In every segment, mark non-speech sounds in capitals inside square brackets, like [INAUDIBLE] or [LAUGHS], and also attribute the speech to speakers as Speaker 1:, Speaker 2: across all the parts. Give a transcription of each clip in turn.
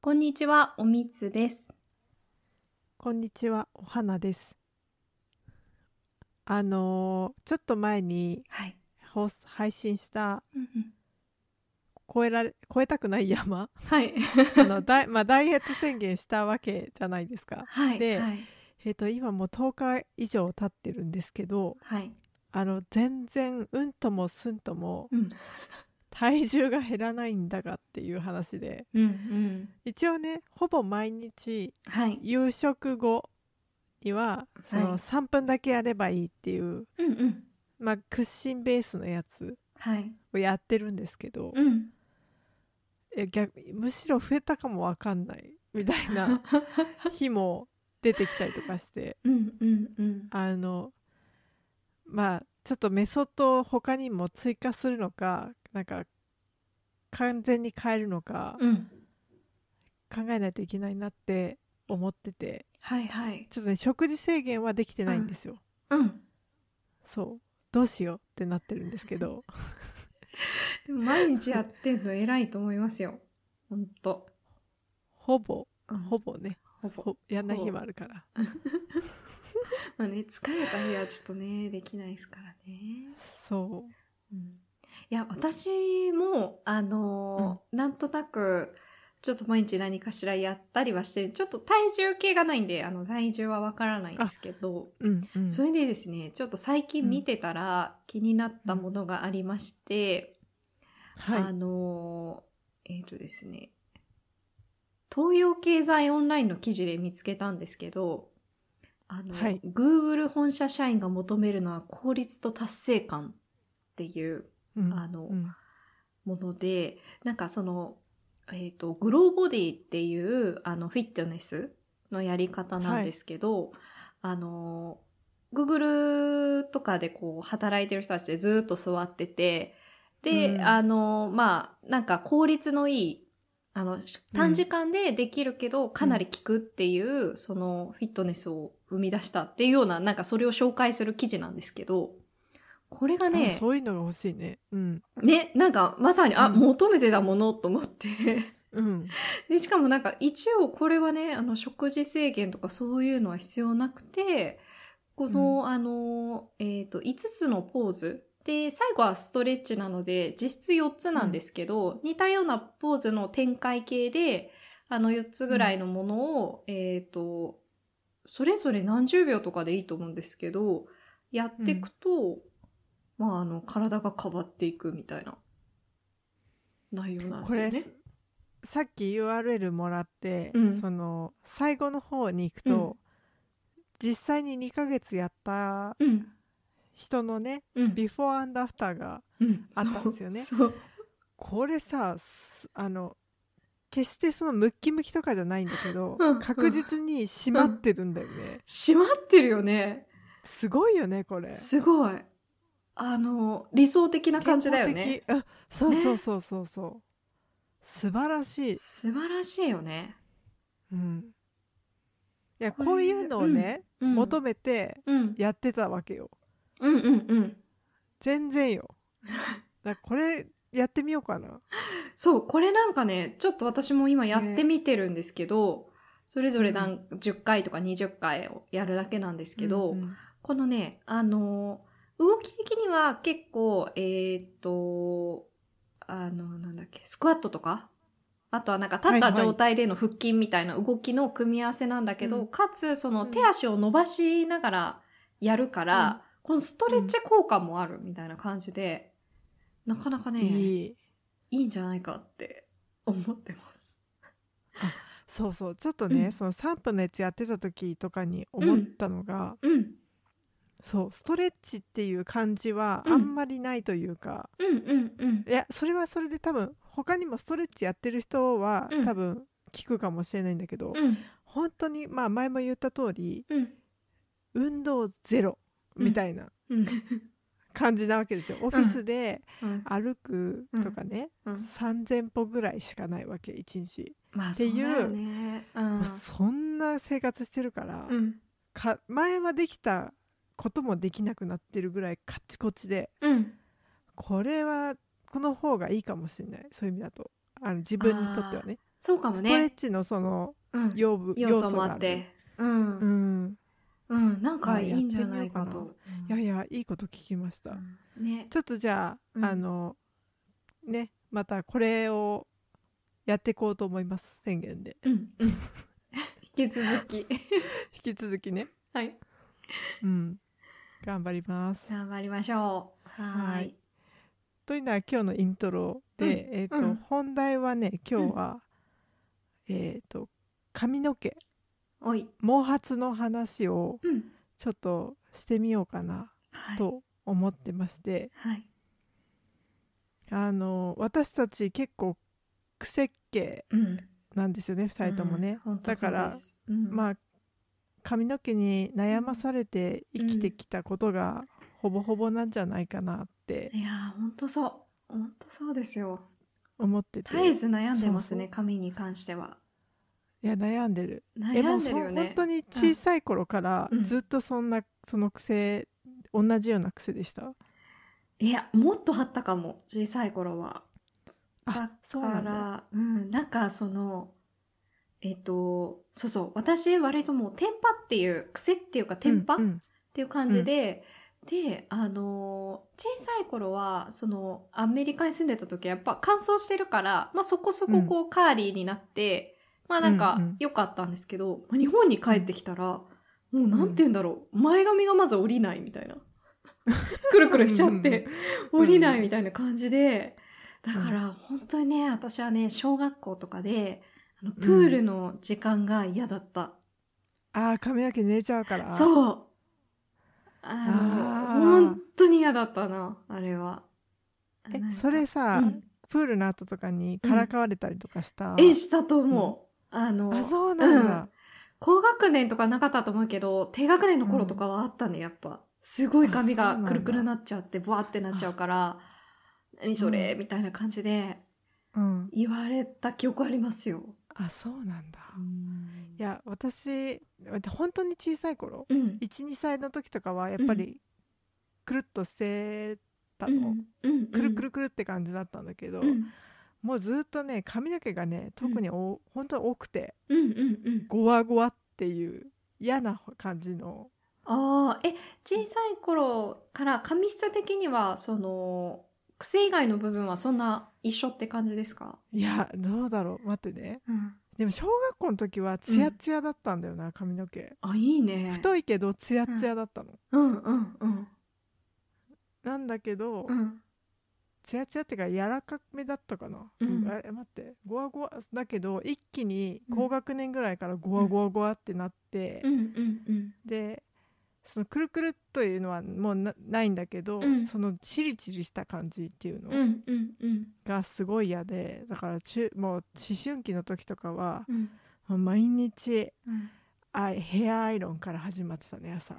Speaker 1: こんにちは、おみつです。
Speaker 2: こんにちは、お花です。あのーちょっと前に
Speaker 1: はい。
Speaker 2: 放送配信した
Speaker 1: うんうん
Speaker 2: 越えられ越えたくない山 [LAUGHS]
Speaker 1: はい。
Speaker 2: あのダイまあダイエット宣言したわけじゃないですか。
Speaker 1: はい。
Speaker 2: で
Speaker 1: はい。
Speaker 2: えっ、と今もう10日以上経ってるんですけど、
Speaker 1: はい。
Speaker 2: あの全然うんともすんとも
Speaker 1: うん。
Speaker 2: 体重が減らないんだがっていう話で、
Speaker 1: うんうん。
Speaker 2: 一応ねほぼ毎日
Speaker 1: はい。
Speaker 2: 夕食後にはそ
Speaker 1: はい
Speaker 2: の3分だけやればいいっていう。
Speaker 1: うんうん。
Speaker 2: まあ、屈伸ベースのやつ
Speaker 1: はい。
Speaker 2: をやってるんですけど、
Speaker 1: うん。
Speaker 2: え逆むしろ増えたかもわかんないみたい
Speaker 1: [LAUGHS]
Speaker 2: な日も出てきたりとかして
Speaker 1: うんうんうん。
Speaker 2: あのまあちょっとメソッドを他にも追加するのかなんか完全に変えるのか
Speaker 1: うん。
Speaker 2: 考えないといけないなって思ってて
Speaker 1: はいはい。
Speaker 2: ちょっとね食事制限はできてないんですよ。
Speaker 1: うん。
Speaker 2: そうどうしようってなってるんですけ
Speaker 1: [LAUGHS]
Speaker 2: ど
Speaker 1: でも毎日やってんの偉いと思いますよ。ほんと。
Speaker 2: ほぼ
Speaker 1: うん
Speaker 2: ほぼね
Speaker 1: ほぼ。
Speaker 2: ほやんない日もあるから。
Speaker 1: まあね、疲れた日はちょっとね、できないですからね。
Speaker 2: そう
Speaker 1: うんいや私もあのーなんとなくちょっと毎日何かしらやったりはしてちょっと体重計がないんであの体重はわからないんですけど、
Speaker 2: うんうん、
Speaker 1: それでですねちょっと最近見てたら気になったものがありまして、
Speaker 2: はい
Speaker 1: あのーえっ、とですね東洋経済オンラインの記事で見つけたんですけどあの、
Speaker 2: はい
Speaker 1: Google 本社社員が求めるのは効率と達成感っていう
Speaker 2: うん
Speaker 1: あの
Speaker 2: うん
Speaker 1: ものでなんかその、えー、とグローボディっていうあのフィットネスのやり方なんですけど、あの Google とかでこう働いてる人たちでずっと座っててで、
Speaker 2: うん
Speaker 1: あのまあなんか効率のいいあのし
Speaker 2: うん
Speaker 1: 短時間でできるけどかなり効くっていう、そのフィットネスを生み出したっていうようななんかそれを紹介する記事なんですけどこれがね
Speaker 2: あそういうのが欲しいねうん
Speaker 1: ね、なんかまさに、あ、
Speaker 2: うん
Speaker 1: 求めてたものと思って。
Speaker 2: うん
Speaker 1: で、しかもなんか一応これはね、あの食事制限とかそういうのは必要なくて、この、あの、えっ、と、5つのポーズ。で、最後はストレッチなので、実質4つなんですけど、似たようなポーズの展開系で、あの4つぐらいのものを、えっ、と、それぞれ何十秒とかでいいと思うんですけど、やっていくと、まあ、あの、体が変わっていくみたいな内容なんで
Speaker 2: こ
Speaker 1: すよ
Speaker 2: れ
Speaker 1: ね。
Speaker 2: さっき URL もらって、
Speaker 1: うん
Speaker 2: その最後の方に行くと、実際に2ヶ月やった
Speaker 1: うん。
Speaker 2: 人のね
Speaker 1: うん。
Speaker 2: ビフォーアンドアフターが
Speaker 1: うん
Speaker 2: あったんですよね
Speaker 1: そうそう
Speaker 2: これさすあの決してそのムッキムキとかじゃないんだけど、
Speaker 1: うん
Speaker 2: 確実に締まってるんだよね、
Speaker 1: 閉まってるよね。
Speaker 2: すごいよねこれ
Speaker 1: すごい。あの、理想的な感じだよね。
Speaker 2: 健康的あそうそうそうそうそう、素晴らしい
Speaker 1: 素晴らしいよね。
Speaker 2: うんいや
Speaker 1: これ
Speaker 2: こういうのをね、
Speaker 1: うん、
Speaker 2: 求めて
Speaker 1: うん。
Speaker 2: やってたわけよ
Speaker 1: うんうんうん。
Speaker 2: 全
Speaker 1: [LAUGHS]
Speaker 2: 然よだからこれやってみようかな
Speaker 1: そう、これなんかね、ちょっと私も今やってみてるんですけど、それぞれなん10回とか20回をやるだけなんですけど、
Speaker 2: うん
Speaker 1: このね、あのー動き的には結構、えーっと、あの、なんだっけ、スクワットとか、あとはなんか立っ
Speaker 2: は
Speaker 1: た
Speaker 2: いはい
Speaker 1: 状態での腹筋みたいな動きの組み合わせなんだけど、
Speaker 2: うん
Speaker 1: かつその
Speaker 2: うん
Speaker 1: 手足を伸ばしながらやるから、このストレッチ効果もあるみたいな感じで、なかなかね、いい
Speaker 2: いい
Speaker 1: んじゃないかって思ってます。
Speaker 2: そうそうちょっとね、
Speaker 1: うん
Speaker 2: その3分のやつやってた時とかに思ったのが、
Speaker 1: うん、
Speaker 2: そうストレッチっていう感じは
Speaker 1: うん
Speaker 2: あんまりないというか、
Speaker 1: うん、うん、うん。
Speaker 2: いやそれはそれで多分他にもストレッチやってる人は、
Speaker 1: うん
Speaker 2: 多分聞くかもしれないんだけど、
Speaker 1: うん、
Speaker 2: 本当にまあ前も言った通り
Speaker 1: うん、
Speaker 2: 運動ゼロみたいな
Speaker 1: うん。
Speaker 2: 感じなわけですよ、オフィスで [LAUGHS] 歩くとかね、
Speaker 1: うん
Speaker 2: 3,000歩ぐらいしかないわけ一日、
Speaker 1: まあ、
Speaker 2: て
Speaker 1: そう
Speaker 2: いう
Speaker 1: だよね。うん
Speaker 2: もうそんな生活してるから,、
Speaker 1: うん
Speaker 2: か前はできたこともできなくなってるぐらいカッチコチで
Speaker 1: うん、
Speaker 2: これはこの方がいいかもしれないそういう意味だとあの自分にとってはね
Speaker 1: そうかも
Speaker 2: ストレッ
Speaker 1: ね。
Speaker 2: チのその
Speaker 1: うん、
Speaker 2: 要部
Speaker 1: 要素もあ
Speaker 2: が
Speaker 1: っ
Speaker 2: る
Speaker 1: て。う、
Speaker 2: うんん
Speaker 1: うん、なんかいいんじゃ
Speaker 2: まあ
Speaker 1: な
Speaker 2: やって
Speaker 1: いう
Speaker 2: みよか
Speaker 1: か
Speaker 2: な
Speaker 1: と。
Speaker 2: いやいやいいこと聞きました、
Speaker 1: うんね、
Speaker 2: ちょっとじゃあ、
Speaker 1: うん
Speaker 2: あのねまたこれをやっていこうと思います宣言
Speaker 1: [LAUGHS]
Speaker 2: で
Speaker 1: うん、うん引き続
Speaker 2: [LAUGHS]
Speaker 1: き、
Speaker 2: 引き続きね
Speaker 1: はい、
Speaker 2: うん頑張ります
Speaker 1: 頑張りましょう。は
Speaker 2: は
Speaker 1: ー
Speaker 2: い
Speaker 1: い。
Speaker 2: というのは今日のイントロで、えっ、と、
Speaker 1: うん
Speaker 2: 本題はね今日は、えっ、と髪の毛
Speaker 1: おい、
Speaker 2: 毛髪の話を
Speaker 1: うん、
Speaker 2: ちょっとしてみようかな
Speaker 1: はい、
Speaker 2: と思ってまして、
Speaker 1: はい、
Speaker 2: あの私たち結構癖っ毛
Speaker 1: うん、
Speaker 2: なんですよね2人ともね、
Speaker 1: うん、
Speaker 2: だから、
Speaker 1: うん、
Speaker 2: まあ髪の毛に悩まされて生きてきたことがほぼほぼなんじゃないかなって
Speaker 1: いやー、本当そう、本当そうですよ。
Speaker 2: 思ってて、
Speaker 1: 絶え
Speaker 2: い
Speaker 1: ず悩んでますね、
Speaker 2: そうそう
Speaker 1: 髪に関しては。
Speaker 2: や悩んでるえ
Speaker 1: 悩んでる
Speaker 2: も
Speaker 1: よ
Speaker 2: うそ本
Speaker 1: ね
Speaker 2: 当。に小さい頃から
Speaker 1: うん
Speaker 2: ずっとそんな、その癖同じような癖でした
Speaker 1: いや、もっとあったかも、小さい頃は。
Speaker 2: あそう
Speaker 1: だ
Speaker 2: な
Speaker 1: か
Speaker 2: んだ
Speaker 1: ら、うん、なんかその、えっ、と、そうそう、私割ともうテンパっていう、癖っていうかテンパ、
Speaker 2: うんうん
Speaker 1: っていう感じで、で、あのー小さい頃は、その、アメリカに住んでた時はやっぱ乾燥してるから、まあそこそここうカーリーになって、まあなん
Speaker 2: うんう
Speaker 1: か
Speaker 2: ん
Speaker 1: 良かったんですけど、まあ日本に帰ってきたら、もうなんて言うんだろう、前髪がまず降りないみたいな。 [LAUGHS] くるくるしちゃって、
Speaker 2: うん
Speaker 1: 降りないみたいな感じで、だから本当にね、私はね、小学校とかで、あのプールの時間が嫌だった。
Speaker 2: あー髪の毛寝ちゃうから
Speaker 1: そう。あの
Speaker 2: あー
Speaker 1: 本当に嫌だったな、あれは。
Speaker 2: え
Speaker 1: なんか
Speaker 2: それさ、
Speaker 1: うん
Speaker 2: プールの後とかにからかわれたりとかした、
Speaker 1: え、したと思う。あの、
Speaker 2: あそうなんだ、
Speaker 1: 高学年とかなかったと思うけど、低学年の頃とかはあったね、やっぱ。すごい髪
Speaker 2: あそう
Speaker 1: が
Speaker 2: なんだ
Speaker 1: くるくるなっちゃって、ブワーってなっちゃうから、何それ、
Speaker 2: うん
Speaker 1: みたいな感じで
Speaker 2: うん、
Speaker 1: 言われた記憶ありますよ。
Speaker 2: あそうなんだ
Speaker 1: うん
Speaker 2: い、や私本当に小さい頃
Speaker 1: うん。
Speaker 2: 12歳の時とかはやっぱりくるっとしてたの、
Speaker 1: うん。
Speaker 2: くるく
Speaker 1: る
Speaker 2: るくるって感じだったんだけど、
Speaker 1: うん。
Speaker 2: もうずっとね髪の毛がね特にお、本当に多くて
Speaker 1: うんうんうん。
Speaker 2: ゴワゴワっていう嫌な感じの
Speaker 1: ああ、え、小さい頃から髪質的には、その、癖以外の部分はそんな一緒って感じですか
Speaker 2: いやどうだろう待ってね
Speaker 1: うん。
Speaker 2: でも小学校の時はツヤツヤだったんだよな、髪の毛
Speaker 1: あ、いいね。
Speaker 2: 太いけどツヤツヤだったの、
Speaker 1: うんうんうん。
Speaker 2: なんだけど、
Speaker 1: うん。
Speaker 2: ツヤツヤってか柔らかめだったかな、
Speaker 1: うん
Speaker 2: あえ待ってゴワゴワだけど一気に高学年ぐらいからゴワゴワゴワってなって、
Speaker 1: うんうんうん。
Speaker 2: でそのくるくるというのはもうなないんだけど、
Speaker 1: うん
Speaker 2: そのチリチリした感じっていう
Speaker 1: う
Speaker 2: の
Speaker 1: んうんうん。
Speaker 2: がすごい嫌でだから中もう思春期の時とかは
Speaker 1: うん
Speaker 2: もう毎日
Speaker 1: うん。
Speaker 2: あヘアアイロンから始まってたね朝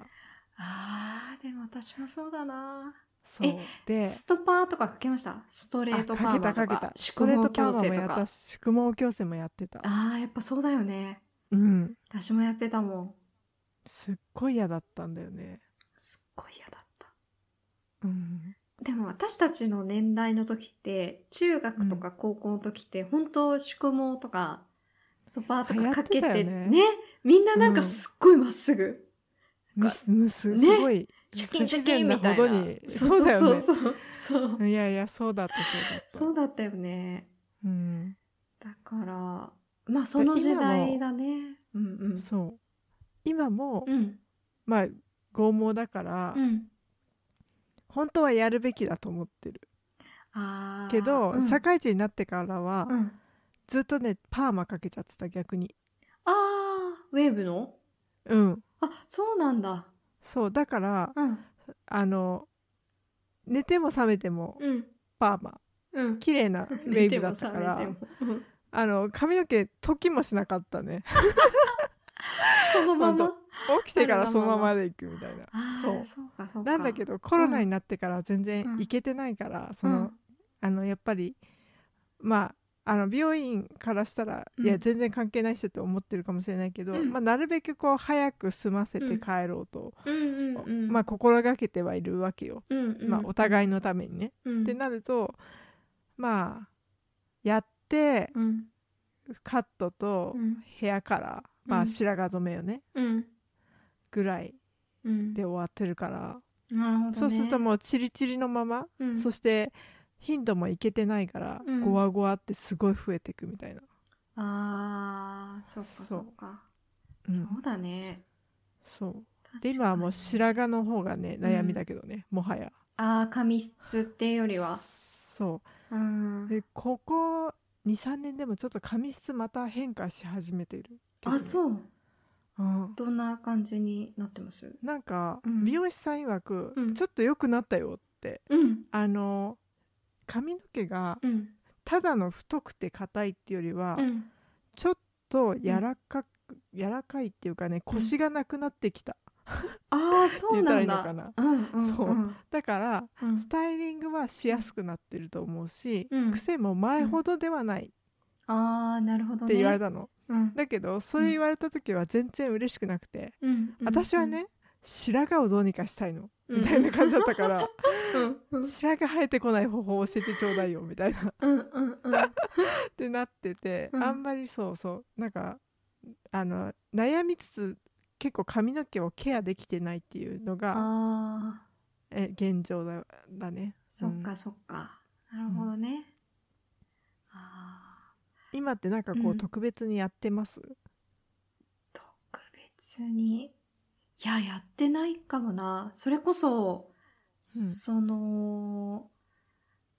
Speaker 1: ああ、でも私もそうだな。
Speaker 2: そうで
Speaker 1: ストパーとかかけましたストレートパーマ
Speaker 2: あか
Speaker 1: と
Speaker 2: けたかけ
Speaker 1: か
Speaker 2: た、ス
Speaker 1: 宿
Speaker 2: トレー
Speaker 1: 毛
Speaker 2: トパ
Speaker 1: 矯
Speaker 2: ーマ
Speaker 1: 正と
Speaker 2: もやった
Speaker 1: か。
Speaker 2: し宿毛矯正もやってた
Speaker 1: ああ、やっぱそうだよね。
Speaker 2: うん
Speaker 1: 私もやってたもん。
Speaker 2: すっごい嫌だったんだよね
Speaker 1: すっごい嫌だった。
Speaker 2: うん
Speaker 1: でも私たちの年代の時って中学とか高校の時って本当宿毛とかストパーと
Speaker 2: 流行
Speaker 1: か
Speaker 2: って
Speaker 1: か
Speaker 2: た
Speaker 1: け
Speaker 2: よね
Speaker 1: てねみんななん
Speaker 2: う
Speaker 1: か
Speaker 2: ん
Speaker 1: すっごいまっすぐ、
Speaker 2: むすむす
Speaker 1: ね
Speaker 2: すごい
Speaker 1: シャ
Speaker 2: 不
Speaker 1: キンシ
Speaker 2: 自
Speaker 1: ャキ
Speaker 2: 然
Speaker 1: ンみたい
Speaker 2: ほ
Speaker 1: な
Speaker 2: どに
Speaker 1: そう
Speaker 2: そうだ
Speaker 1: そ
Speaker 2: よ
Speaker 1: う
Speaker 2: ね
Speaker 1: そうそうそう
Speaker 2: いやいやそうだったそうだ
Speaker 1: そ
Speaker 2: っ
Speaker 1: うだったよね
Speaker 2: たうん
Speaker 1: だからまあその時代だねうんうん
Speaker 2: そう今も
Speaker 1: うん
Speaker 2: まあ剛毛だから
Speaker 1: うん
Speaker 2: 本当はやるべきだと思ってる
Speaker 1: あー
Speaker 2: けど
Speaker 1: うん
Speaker 2: 社会人になってからは
Speaker 1: うん
Speaker 2: ずっとねパーマかけちゃってた逆に
Speaker 1: あーウェーブの
Speaker 2: うん
Speaker 1: あそうなんだ
Speaker 2: そうだから
Speaker 1: うん
Speaker 2: あの寝ても覚めても
Speaker 1: うん
Speaker 2: パーマ
Speaker 1: うん
Speaker 2: 綺麗なウェーブだったか
Speaker 1: [LAUGHS]
Speaker 2: ら
Speaker 1: 寝ても覚めてもうん
Speaker 2: あの髪の毛時もしなかったね
Speaker 1: そのま
Speaker 2: ほん
Speaker 1: ま
Speaker 2: と起きてからそのままで行くみたいな
Speaker 1: ああ
Speaker 2: そう
Speaker 1: そうかそうか
Speaker 2: なんだけどコロナになってから全然
Speaker 1: うん
Speaker 2: 行けてないから、そ
Speaker 1: うん
Speaker 2: のあのやっぱりまああの美容院からしたら、
Speaker 1: うん
Speaker 2: いや全然関係ない人って思ってるかもしれないけど、
Speaker 1: うん
Speaker 2: まあ、なるべくこう早く済ませて
Speaker 1: うん
Speaker 2: 帰ろうと、
Speaker 1: うんうんうん
Speaker 2: まあ、心がけてはいるわけよ、
Speaker 1: うんうん
Speaker 2: まあ、お互いのためにね。
Speaker 1: うん
Speaker 2: ってなるとまあやって
Speaker 1: うん
Speaker 2: カットと
Speaker 1: うん
Speaker 2: ヘアカラー、ま
Speaker 1: う
Speaker 2: あ
Speaker 1: ん
Speaker 2: 白髪染めよね
Speaker 1: うん
Speaker 2: ぐらい
Speaker 1: うん
Speaker 2: で終わってるから、
Speaker 1: なるほど、ね、
Speaker 2: そうするともうチリチリのまま、
Speaker 1: うん、
Speaker 2: そして頻度もいけてないから、
Speaker 1: うん
Speaker 2: ゴワゴワってすごい増えていくみたいな、
Speaker 1: ああそっか
Speaker 2: そ
Speaker 1: そうっか
Speaker 2: うん
Speaker 1: そうだね
Speaker 2: そう
Speaker 1: 確か
Speaker 2: で
Speaker 1: に
Speaker 2: 今はもう白髪の方がね悩みだけどね、もはや
Speaker 1: ああ髪質っていうよりは
Speaker 2: そううんでここ23年でもちょっと髪質また変化し始めてるけどね
Speaker 1: あそう
Speaker 2: うん、
Speaker 1: どんな感じになってます
Speaker 2: なんか
Speaker 1: うん
Speaker 2: 美容師さん曰く、
Speaker 1: うん
Speaker 2: ちょっと良くなったよって
Speaker 1: うん
Speaker 2: あの髪の毛が
Speaker 1: うん
Speaker 2: ただの太くて硬いっていうよりは、
Speaker 1: うん
Speaker 2: ちょっと柔らかく、柔らかいっていうか
Speaker 1: う
Speaker 2: ね
Speaker 1: ん
Speaker 2: 腰がなくなってきた、
Speaker 1: ああそうなん
Speaker 2: って言
Speaker 1: だ
Speaker 2: ったらいいの
Speaker 1: うんうん
Speaker 2: そう
Speaker 1: うん
Speaker 2: だから
Speaker 1: うん
Speaker 2: スタイリングはしやすくなってると思うし、
Speaker 1: うん
Speaker 2: 癖も前ほどではない
Speaker 1: ああなるほど
Speaker 2: っ
Speaker 1: ね
Speaker 2: て言われたの、
Speaker 1: うん
Speaker 2: だけどそれ言われた時は全然嬉しくなくて、
Speaker 1: うんうん
Speaker 2: 私はね白髪をどうにかしたいの
Speaker 1: うん
Speaker 2: みたいな感じだっ
Speaker 1: [LAUGHS]
Speaker 2: たから、
Speaker 1: うんうん
Speaker 2: 白髪生えてこない方法を教えてちょうだいよみたいな
Speaker 1: うんうんうん
Speaker 2: ってなってて、
Speaker 1: うん
Speaker 2: あんまりそうそうなんかあの悩みつつ結構髪の毛をケアできてないっていうのが
Speaker 1: ああ
Speaker 2: え現状だだね
Speaker 1: そっか
Speaker 2: うん
Speaker 1: そっかなるほどねああ
Speaker 2: 今ってなんかこ
Speaker 1: う
Speaker 2: うん特別にやってます、
Speaker 1: 特別にいややってないかもなそれこそ、
Speaker 2: うん
Speaker 1: その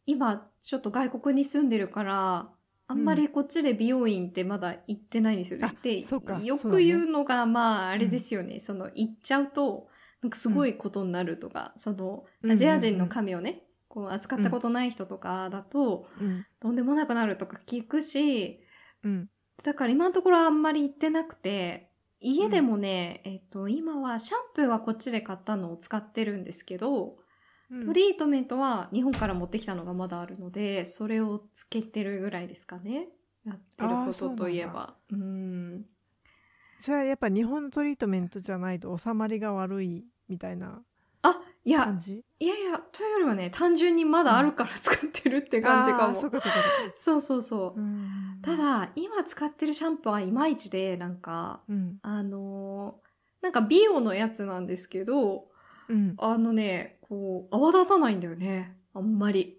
Speaker 1: 今ちょっと外国に住んでるからあんまりこっちで美容院ってまだ行ってないんですよね。
Speaker 2: あ
Speaker 1: で
Speaker 2: そうか
Speaker 1: よ
Speaker 2: そうだ
Speaker 1: く
Speaker 2: ね
Speaker 1: 言うのが、まああれですよね、その行っちゃうとなんかすごいことになるとか、そのアジア人の髪をね、こう扱ったことない人とかだと、
Speaker 2: うん
Speaker 1: とんでもなくなるとか聞くし
Speaker 2: うん
Speaker 1: だから今のところあんまり行ってなくて家でもね、えっと今はシャンプーはこっちで買ったのを使ってるんですけど、
Speaker 2: うん
Speaker 1: トリートメントは日本から持ってきたのがまだあるのでそれをつけてるぐらいですかねやってる
Speaker 2: あー
Speaker 1: こ
Speaker 2: そう
Speaker 1: と
Speaker 2: なんだ
Speaker 1: といえばうん
Speaker 2: それはやっぱ日本のトリートメントじゃないと収まりが悪いみたいな
Speaker 1: あいや
Speaker 2: 感じ
Speaker 1: いやいやというよりはね単純にまだあるから使ってるって感じか
Speaker 2: あ
Speaker 1: も、
Speaker 2: ーそうかそうかそうか
Speaker 1: そうそうそう、
Speaker 2: うん
Speaker 1: ただ今使ってるシャンプーはいまいちでなんか
Speaker 2: うん
Speaker 1: あのーなんかビオのやつなんですけど
Speaker 2: うん
Speaker 1: あのねこう泡立たないんだよねあんまり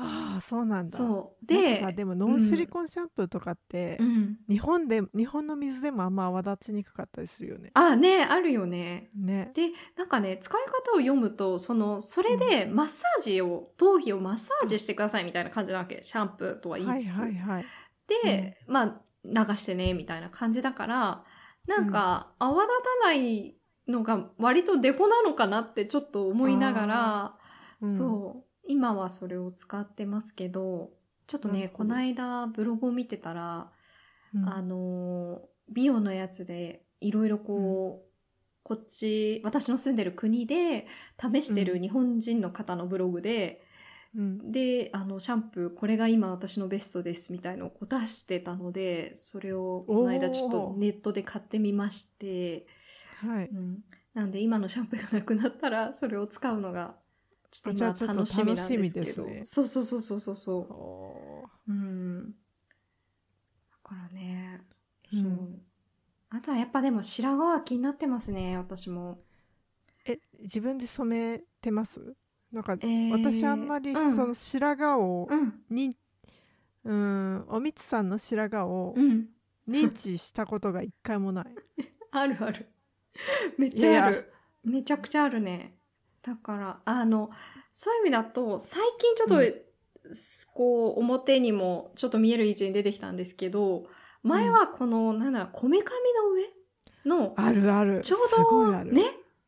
Speaker 2: ああそうなんだ
Speaker 1: そう
Speaker 2: なん
Speaker 1: で
Speaker 2: かさでもノンシリコンシャンプーとかって、
Speaker 1: うん、
Speaker 2: 日本で日本の水でもあんま泡立ちにくかったりするよね。
Speaker 1: あねあるよね
Speaker 2: ね。
Speaker 1: でなんかね使い方を読むとそのそれでマッサージを頭皮をマッサージしてくださいみたいな感じなわけシャンプーとは
Speaker 2: は
Speaker 1: 言
Speaker 2: い
Speaker 1: い
Speaker 2: はい
Speaker 1: つつ、
Speaker 2: はい。
Speaker 1: で、まあ流してねみたいな感じだからなんか泡立たないのが割とデコなのかなってちょっと思いながら、
Speaker 2: うん
Speaker 1: そう今はそれを使ってますけどちょっと
Speaker 2: な
Speaker 1: ね
Speaker 2: るほ
Speaker 1: こ
Speaker 2: ど
Speaker 1: の間ブログを見てたら、
Speaker 2: うん。
Speaker 1: あのー美容のやつでいろいろこう、こっち私の住んでる国で試してる日本人の方のブログで、
Speaker 2: うん
Speaker 1: であのシャンプーこれが今私のベストですみたいのをこう出してたのでそれをこの間ちょっと
Speaker 2: おー
Speaker 1: ネットで買ってみまして、
Speaker 2: はい。
Speaker 1: うん、なんで今のシャンプーがなくなったらそれを使うのがちょっと
Speaker 2: あじゃあちょっ
Speaker 1: 今
Speaker 2: と
Speaker 1: 楽しみなんです
Speaker 2: 楽
Speaker 1: け
Speaker 2: しみ
Speaker 1: ど
Speaker 2: ですね
Speaker 1: そうそうそうそうそうそ
Speaker 2: おー
Speaker 1: ううんだからね
Speaker 2: う
Speaker 1: そう、
Speaker 2: ん
Speaker 1: あとはやっぱでも白髪は気になってますね私も、
Speaker 2: え自分で染めてます？なんか
Speaker 1: えー
Speaker 2: 私あんまりその白髪を
Speaker 1: うんうん
Speaker 2: にうんおみつさんの白髪を
Speaker 1: うん
Speaker 2: 認知したことが一
Speaker 1: [LAUGHS]
Speaker 2: 回もない。
Speaker 1: ある [LAUGHS] ある。めっちゃあ
Speaker 2: いや
Speaker 1: る。めちゃくちゃあるね。だから、あの、そういう意味だと、最近ちょっと、すこう、表にもちょっと見える位置に出てきたんですけど、前はこの、なんだろう、こめかみの上の、
Speaker 2: あるある。
Speaker 1: ちょう
Speaker 2: すごい
Speaker 1: ど、
Speaker 2: ある。
Speaker 1: ね、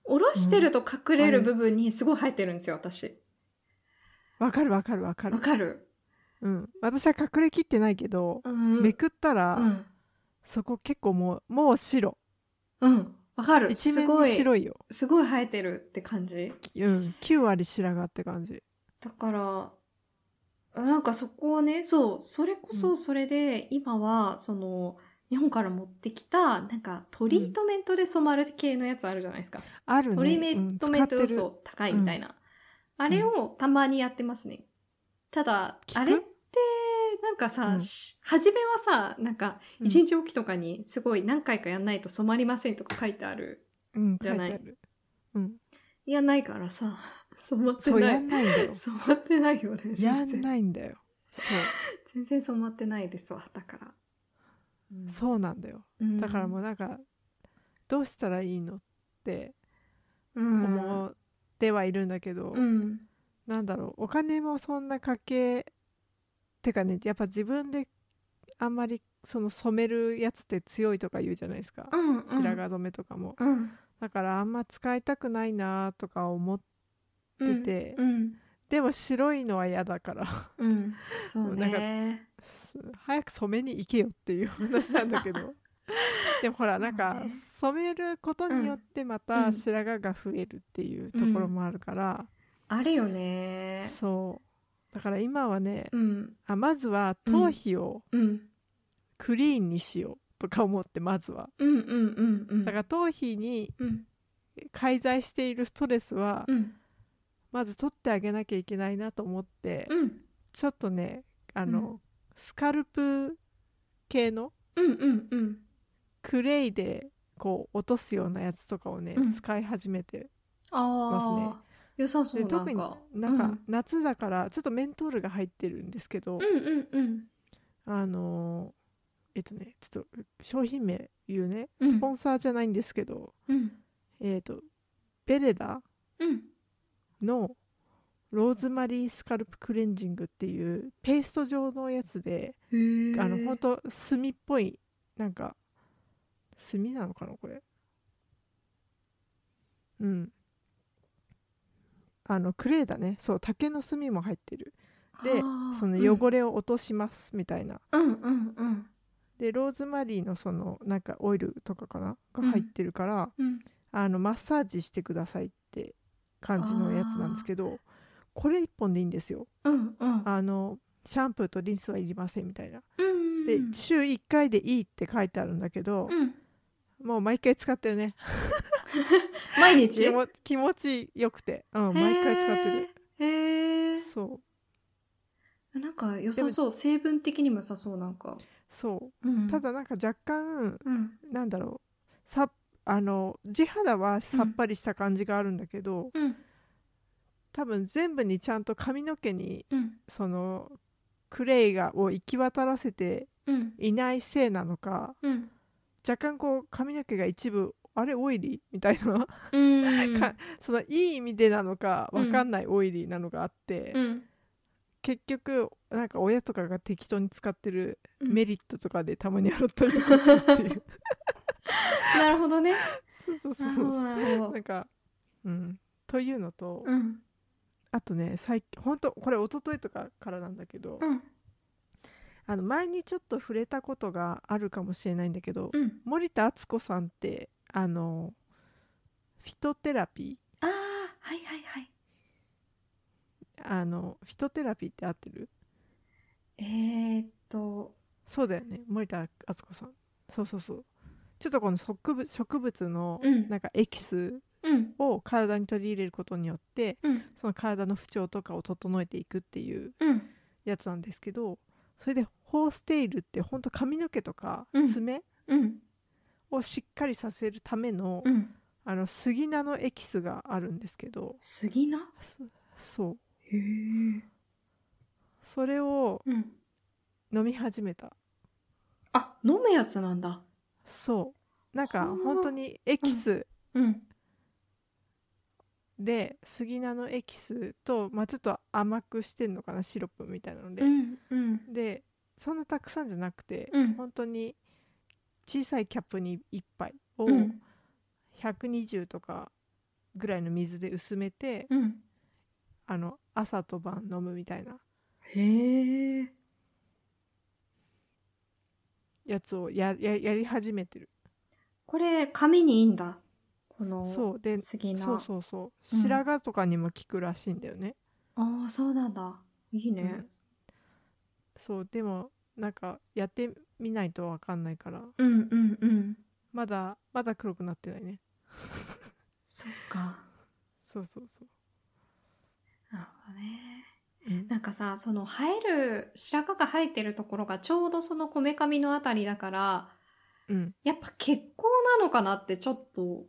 Speaker 1: 下ろしてると隠れ
Speaker 2: う
Speaker 1: る
Speaker 2: ん
Speaker 1: 部分にすごい生えてるんですよ、私。
Speaker 2: わかるわかるわかる
Speaker 1: わ。かる
Speaker 2: うん。私は隠れきってないけど、
Speaker 1: うん。
Speaker 2: めくった
Speaker 1: う
Speaker 2: ら
Speaker 1: ん。
Speaker 2: そこ結構もうもう白。
Speaker 1: うん。わかる。
Speaker 2: 一
Speaker 1: す
Speaker 2: 面
Speaker 1: ごい、
Speaker 2: に白いよ。
Speaker 1: すごい生えてるって感じ。
Speaker 2: うん。9割白髪って感じ。
Speaker 1: だからあなんかそこはねそうそれこ
Speaker 2: う
Speaker 1: そそれで、今はその日本から持ってきたなんかトリートメントで染まる系のやつあるじゃないですか、
Speaker 2: あるね。
Speaker 1: トリートメント
Speaker 2: うん
Speaker 1: 予
Speaker 2: 使ってる
Speaker 1: 想高いみたいな、あれをたまにやってますねただ
Speaker 2: 効く
Speaker 1: あれってなんかさ、
Speaker 2: うん
Speaker 1: し初めはさなんか
Speaker 2: うん
Speaker 1: 1日おきとかにすごい何回かやんないと染まりませんとか書いてある
Speaker 2: うん、
Speaker 1: じゃない
Speaker 2: 書いてある。うん、
Speaker 1: いやないからさ染まって
Speaker 2: そう
Speaker 1: な
Speaker 2: や
Speaker 1: い
Speaker 2: んないんだよ。
Speaker 1: 染まってないよね全
Speaker 2: やん
Speaker 1: 然
Speaker 2: ないんだよ。そ
Speaker 1: 全然染まってないですわだから、うん
Speaker 2: う、そうなんだよ。
Speaker 1: うん
Speaker 2: だからもうなんかどうしたらいいのって
Speaker 1: うん
Speaker 2: 思ってはいるんだけど、
Speaker 1: うん
Speaker 2: なんだろうお金もそんな家計てかねやっぱ自分であんまりその染めるやつって強いとか言うじゃないですか、
Speaker 1: うんうん
Speaker 2: 白髪染めとかも
Speaker 1: うん
Speaker 2: だからあんま使いたくないなとか思って
Speaker 1: うん
Speaker 2: て
Speaker 1: うん
Speaker 2: でも白いのは嫌だから
Speaker 1: うんそう
Speaker 2: なんか
Speaker 1: ね
Speaker 2: 早く染めに行けよっていう話なんだ
Speaker 1: [LAUGHS]
Speaker 2: けどでもほら、
Speaker 1: そうね
Speaker 2: なんか染めることによってま
Speaker 1: う
Speaker 2: た
Speaker 1: ん
Speaker 2: 白髪が増えるっていうところもあるから、
Speaker 1: あるよね
Speaker 2: そうだから今はね、
Speaker 1: うん
Speaker 2: あまずは
Speaker 1: うん
Speaker 2: 頭皮を
Speaker 1: うん
Speaker 2: クリーンにしようとか思ってまずは
Speaker 1: うんうんうんうん
Speaker 2: だから頭皮に
Speaker 1: うん
Speaker 2: 介在しているストレスは
Speaker 1: うん
Speaker 2: まず取ってあげなきゃいけないなと思って、
Speaker 1: うん
Speaker 2: ちょっとねあの、
Speaker 1: うん
Speaker 2: スカルプ系の
Speaker 1: うんうんうん
Speaker 2: クレイでこう落とすようなやつとかをね、
Speaker 1: うん
Speaker 2: 使い始めて
Speaker 1: ああ良さそう
Speaker 2: で
Speaker 1: なんか
Speaker 2: 特になんか夏だからちょっとメントールが入ってるんですけ
Speaker 1: う
Speaker 2: ど、
Speaker 1: んうんうん
Speaker 2: あのーえっとねちょっと商品名言うね
Speaker 1: うん
Speaker 2: スポンサーじゃないんですけど、
Speaker 1: うん
Speaker 2: えっとベレダ
Speaker 1: うん
Speaker 2: のローズマリースカルプクレンジングっていうペースト状のやつで、
Speaker 1: へえ
Speaker 2: あのほんと炭っぽいなんか炭なのかなこれうんあのクレーだねそう竹の炭も入ってるで
Speaker 1: あー
Speaker 2: その汚れを落としますみたいな、
Speaker 1: うんうんうん
Speaker 2: でローズマリーのそのなんかオイルとかかなが入ってるから、
Speaker 1: うん
Speaker 2: あのマッサージしてくださいって感じのやつなんですけどこれ1本でいいんですよ
Speaker 1: うんうん
Speaker 2: あのシャンプーとリンスはいりませんみたいな
Speaker 1: うんうん
Speaker 2: で週1回でいいって書いてあるんだけど、
Speaker 1: うん
Speaker 2: もう毎回使ってるね
Speaker 1: 毎
Speaker 2: 気
Speaker 1: 日
Speaker 2: も気持ちよくて、うん、毎回使ってる
Speaker 1: へーへー
Speaker 2: そう
Speaker 1: なんか良さそう成分的にも良さそうなんか、、
Speaker 2: そううんただなんか若干
Speaker 1: うん
Speaker 2: なんだろうさあの地肌はさっぱりした感じがあるんだけど、
Speaker 1: うん
Speaker 2: 多分全部にちゃんと髪の毛に
Speaker 1: うん
Speaker 2: そのクレイがを行き渡らせて
Speaker 1: うん
Speaker 2: いないせいなのか
Speaker 1: うん
Speaker 2: 若干こう髪の毛が一部あれオイリーみたいな [LAUGHS]
Speaker 1: うん
Speaker 2: かそのいい意味でなのかわかんないオイリーなのがあって、
Speaker 1: うん
Speaker 2: 結局なんか親とかが適当に使ってる
Speaker 1: うん
Speaker 2: メリットとかでたまに洗ったり [LAUGHS] とかするっていう
Speaker 1: なるほどね
Speaker 2: そう [LAUGHS] そう
Speaker 1: なる
Speaker 2: そ
Speaker 1: ほ
Speaker 2: う
Speaker 1: どなるほど
Speaker 2: なんかうんというのと、
Speaker 1: うん
Speaker 2: あとね最近本当これ一昨日とかからなんだけど、
Speaker 1: うん
Speaker 2: あの前にちょっと触れたことがあるかもしれないんだけど、
Speaker 1: うん
Speaker 2: 森田敦子さんってあのフィトテラピ
Speaker 1: ああはいはいはい
Speaker 2: ーあのフィトテラピーって合ってる
Speaker 1: えー、っと
Speaker 2: そうだよね森田敦子さんそうそうそうちょっとこの植物植物の
Speaker 1: うん
Speaker 2: なんかエキス
Speaker 1: うん
Speaker 2: を体に取り入れることによって
Speaker 1: うん
Speaker 2: その体の不調とかを整えていくっていう
Speaker 1: うん
Speaker 2: やつなんですけどそれでホーステイルってほんと髪の毛とか
Speaker 1: うん
Speaker 2: 爪
Speaker 1: うん
Speaker 2: をしっかりさせるための、
Speaker 1: うん
Speaker 2: あの杉菜のエキスがあるんですけど
Speaker 1: 杉菜
Speaker 2: そそう
Speaker 1: へえ
Speaker 2: それを
Speaker 1: うん
Speaker 2: 飲み始めた
Speaker 1: あ飲むやつなんだ
Speaker 2: そうなんか
Speaker 1: はあ
Speaker 2: 本当にエキス
Speaker 1: うん
Speaker 2: で、杉菜のエキスと、まあ、ちょっと甘くしてんのかなシロップみたいなので、
Speaker 1: うんうん
Speaker 2: でそんなたくさんじゃなくて、
Speaker 1: うん
Speaker 2: 本当に小さいキャップに1杯を
Speaker 1: うん
Speaker 2: 120とかぐらいの水で薄めて、
Speaker 1: うん
Speaker 2: あの朝と晩飲むみたいな
Speaker 1: へえ
Speaker 2: やつをやややり始めてる
Speaker 1: これ紙にいいんだこの
Speaker 2: そうで
Speaker 1: 杉菜
Speaker 2: そうそうそう
Speaker 1: うん
Speaker 2: 白髪とかにも効くらしいんだよね、
Speaker 1: ああそうなんだいいね、
Speaker 2: うんそうでもなんかやってみないとわかんないから
Speaker 1: うんうんうん
Speaker 2: まだまだ黒くなってないね
Speaker 1: そっか
Speaker 2: そうそうそう
Speaker 1: なるほどね
Speaker 2: うん
Speaker 1: なんかさその生える白髪が生えてるところがちょうどそのこめかみのあたりだから
Speaker 2: うん、
Speaker 1: やっぱ血行なのかなってちょっと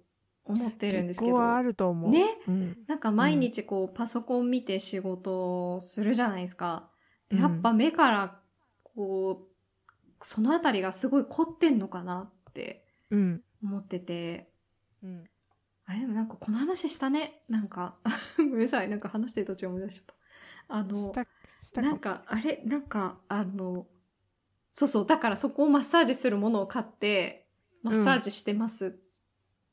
Speaker 1: 思ってるんですけ
Speaker 2: 結
Speaker 1: ど
Speaker 2: 構あると思う。
Speaker 1: ね
Speaker 2: うん、
Speaker 1: なんか毎日こうパソコン見て仕事をするじゃないですか。でやっぱ目からこうそのあたりがすごい凝ってんのかなって
Speaker 2: うん、
Speaker 1: 思ってて。
Speaker 2: うん、
Speaker 1: あでもなんかこの話したねなんか [LAUGHS] ごめんなさいなんか話してる途中思い出しちゃった。あの
Speaker 2: したした
Speaker 1: なんかあれなんかあのそうそうだからそこをマッサージするものを買ってマッサージしてます、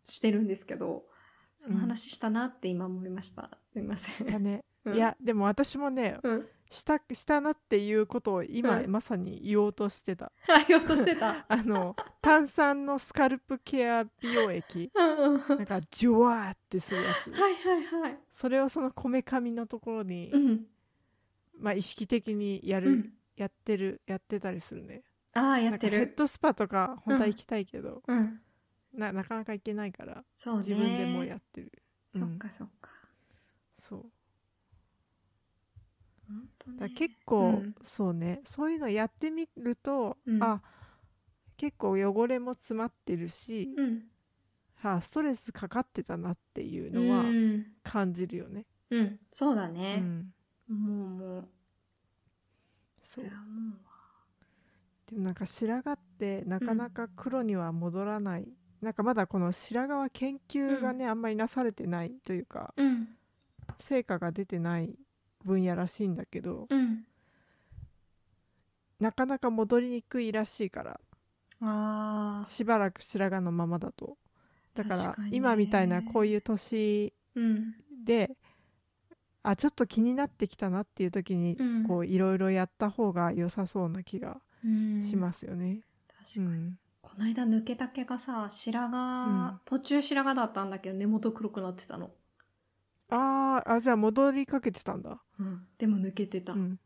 Speaker 1: してるんですけどその話したなって今思いました、すみませ
Speaker 2: した
Speaker 1: ん。
Speaker 2: ね。
Speaker 1: うん
Speaker 2: いやでも私もね
Speaker 1: うん、
Speaker 2: したしたなっていうことを今、
Speaker 1: うん
Speaker 2: まさに言おうとしてた。
Speaker 1: あ言おうとしてた。
Speaker 2: あの炭酸のスカルプケア美容液
Speaker 1: うんうんうん。はい
Speaker 2: なんかジュワーってするやつ。
Speaker 1: はいはい。
Speaker 2: それをそのこめかみのところに、
Speaker 1: ん。
Speaker 2: まあ意識的にやる、
Speaker 1: うん、
Speaker 2: やってるやってたりするね。
Speaker 1: ああやって
Speaker 2: なんかヘッ
Speaker 1: る。
Speaker 2: ドスパとか本当は行きたいけど、
Speaker 1: うん。
Speaker 2: ななかなか行けないから
Speaker 1: そうね。
Speaker 2: 自分でもうやってる。
Speaker 1: そ
Speaker 2: うん
Speaker 1: っかそっか。
Speaker 2: そう
Speaker 1: 本当ね
Speaker 2: だから結構、
Speaker 1: うん
Speaker 2: そうねそういうのやってみると、
Speaker 1: うん
Speaker 2: あ結構汚れも詰まってるし、
Speaker 1: うん。
Speaker 2: あストレスかかってたなっていう
Speaker 1: う
Speaker 2: のは
Speaker 1: ん。
Speaker 2: 感じるよね。
Speaker 1: うん。そうだ
Speaker 2: う
Speaker 1: ね。
Speaker 2: ん
Speaker 1: もうもう。
Speaker 2: そう
Speaker 1: いやも
Speaker 2: でもなんか白髪ってなかなか黒には戻らない、なんかまだこの白髪は研究がね、あんまりなされてないというか
Speaker 1: ううん。
Speaker 2: 成果が出てない分野らしいんだけど、
Speaker 1: うん。
Speaker 2: なかなか戻りにくいらしいから
Speaker 1: ああ。
Speaker 2: しばらく白髪のままだとだか
Speaker 1: 確
Speaker 2: ら
Speaker 1: かにね
Speaker 2: 今みたいなこういう年
Speaker 1: うん。
Speaker 2: であちょっと気になってきたなっていう時に、
Speaker 1: うん
Speaker 2: こういろいろやった方が良さそうな気が
Speaker 1: うん
Speaker 2: しますよね。
Speaker 1: 確
Speaker 2: う
Speaker 1: かに。
Speaker 2: ん
Speaker 1: こないだ抜けた毛がさ白髪、
Speaker 2: うん
Speaker 1: 途中白髪だったんだけど根元黒くなってたの。
Speaker 2: あーあじゃあ戻りかけてたんだ。
Speaker 1: うん。でも抜けてた。
Speaker 2: うん、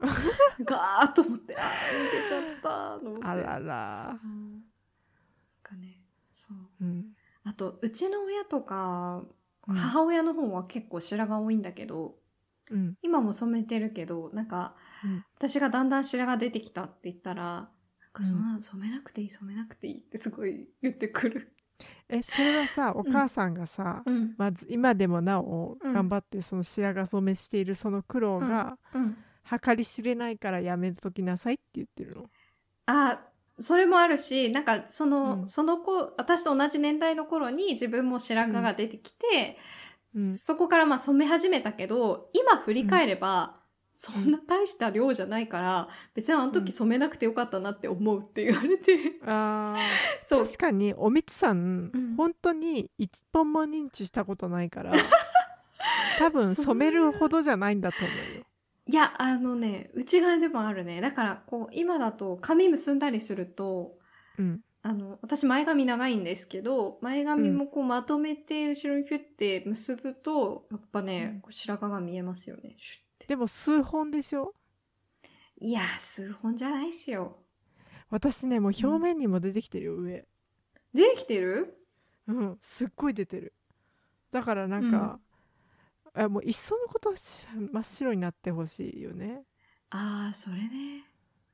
Speaker 1: ガーッと思って、あー抜けちゃったと思って。
Speaker 2: あら
Speaker 1: そう
Speaker 2: ら、
Speaker 1: なんかね、そう。
Speaker 2: うん
Speaker 1: あと、うちの親とか、
Speaker 2: うん
Speaker 1: 母親の方は結構白髪多いんだけど、
Speaker 2: うん
Speaker 1: 今も染めてるけど、なんか、
Speaker 2: うん
Speaker 1: 私がだんだん白髪出てきたって言ったら、なんかそん
Speaker 2: う
Speaker 1: な染めなくていい、染めなくていいってすごい言ってくる。
Speaker 2: えそれはさお母さんがさ、
Speaker 1: うん。
Speaker 2: まず今でもなお
Speaker 1: うん
Speaker 2: 頑張ってその白髪染めしているその苦労が
Speaker 1: うん。
Speaker 2: 計り知れないからやめときなさいって言ってるの。
Speaker 1: あそれもあるしなんかその,、
Speaker 2: うん
Speaker 1: その子私と同じ年代の頃に自分も白髪が出てきて、
Speaker 2: うん
Speaker 1: そこからまあ染め始めたけど今振り返れば、そんな大した量じゃないから別にあの時染めなくてよかったなって思うって言われて、
Speaker 2: [LAUGHS] あー
Speaker 1: そう
Speaker 2: 確かにおみつさん、
Speaker 1: うん
Speaker 2: 本当に一本も認知したことな
Speaker 1: [LAUGHS]
Speaker 2: いから多分
Speaker 1: そんな
Speaker 2: 染めるほどじゃないんだと思うよ。
Speaker 1: いやあのね内側でもあるねだからこう今だと髪結んだりすると
Speaker 2: うん
Speaker 1: あの私前髪長いんですけど前髪もこうまとめて後ろにピュッて結ぶと、やっぱね、
Speaker 2: うん
Speaker 1: こう白髪が見えますよねシュッて
Speaker 2: でも数本でしょ
Speaker 1: いやー数本じゃないっすよ
Speaker 2: 私ねもう表面にも出てきてるよ上、
Speaker 1: 出てきてる
Speaker 2: うん、すっごい出てるだからなんか、あもういっそのことし真っ白になってほしいよね、
Speaker 1: あーそれね、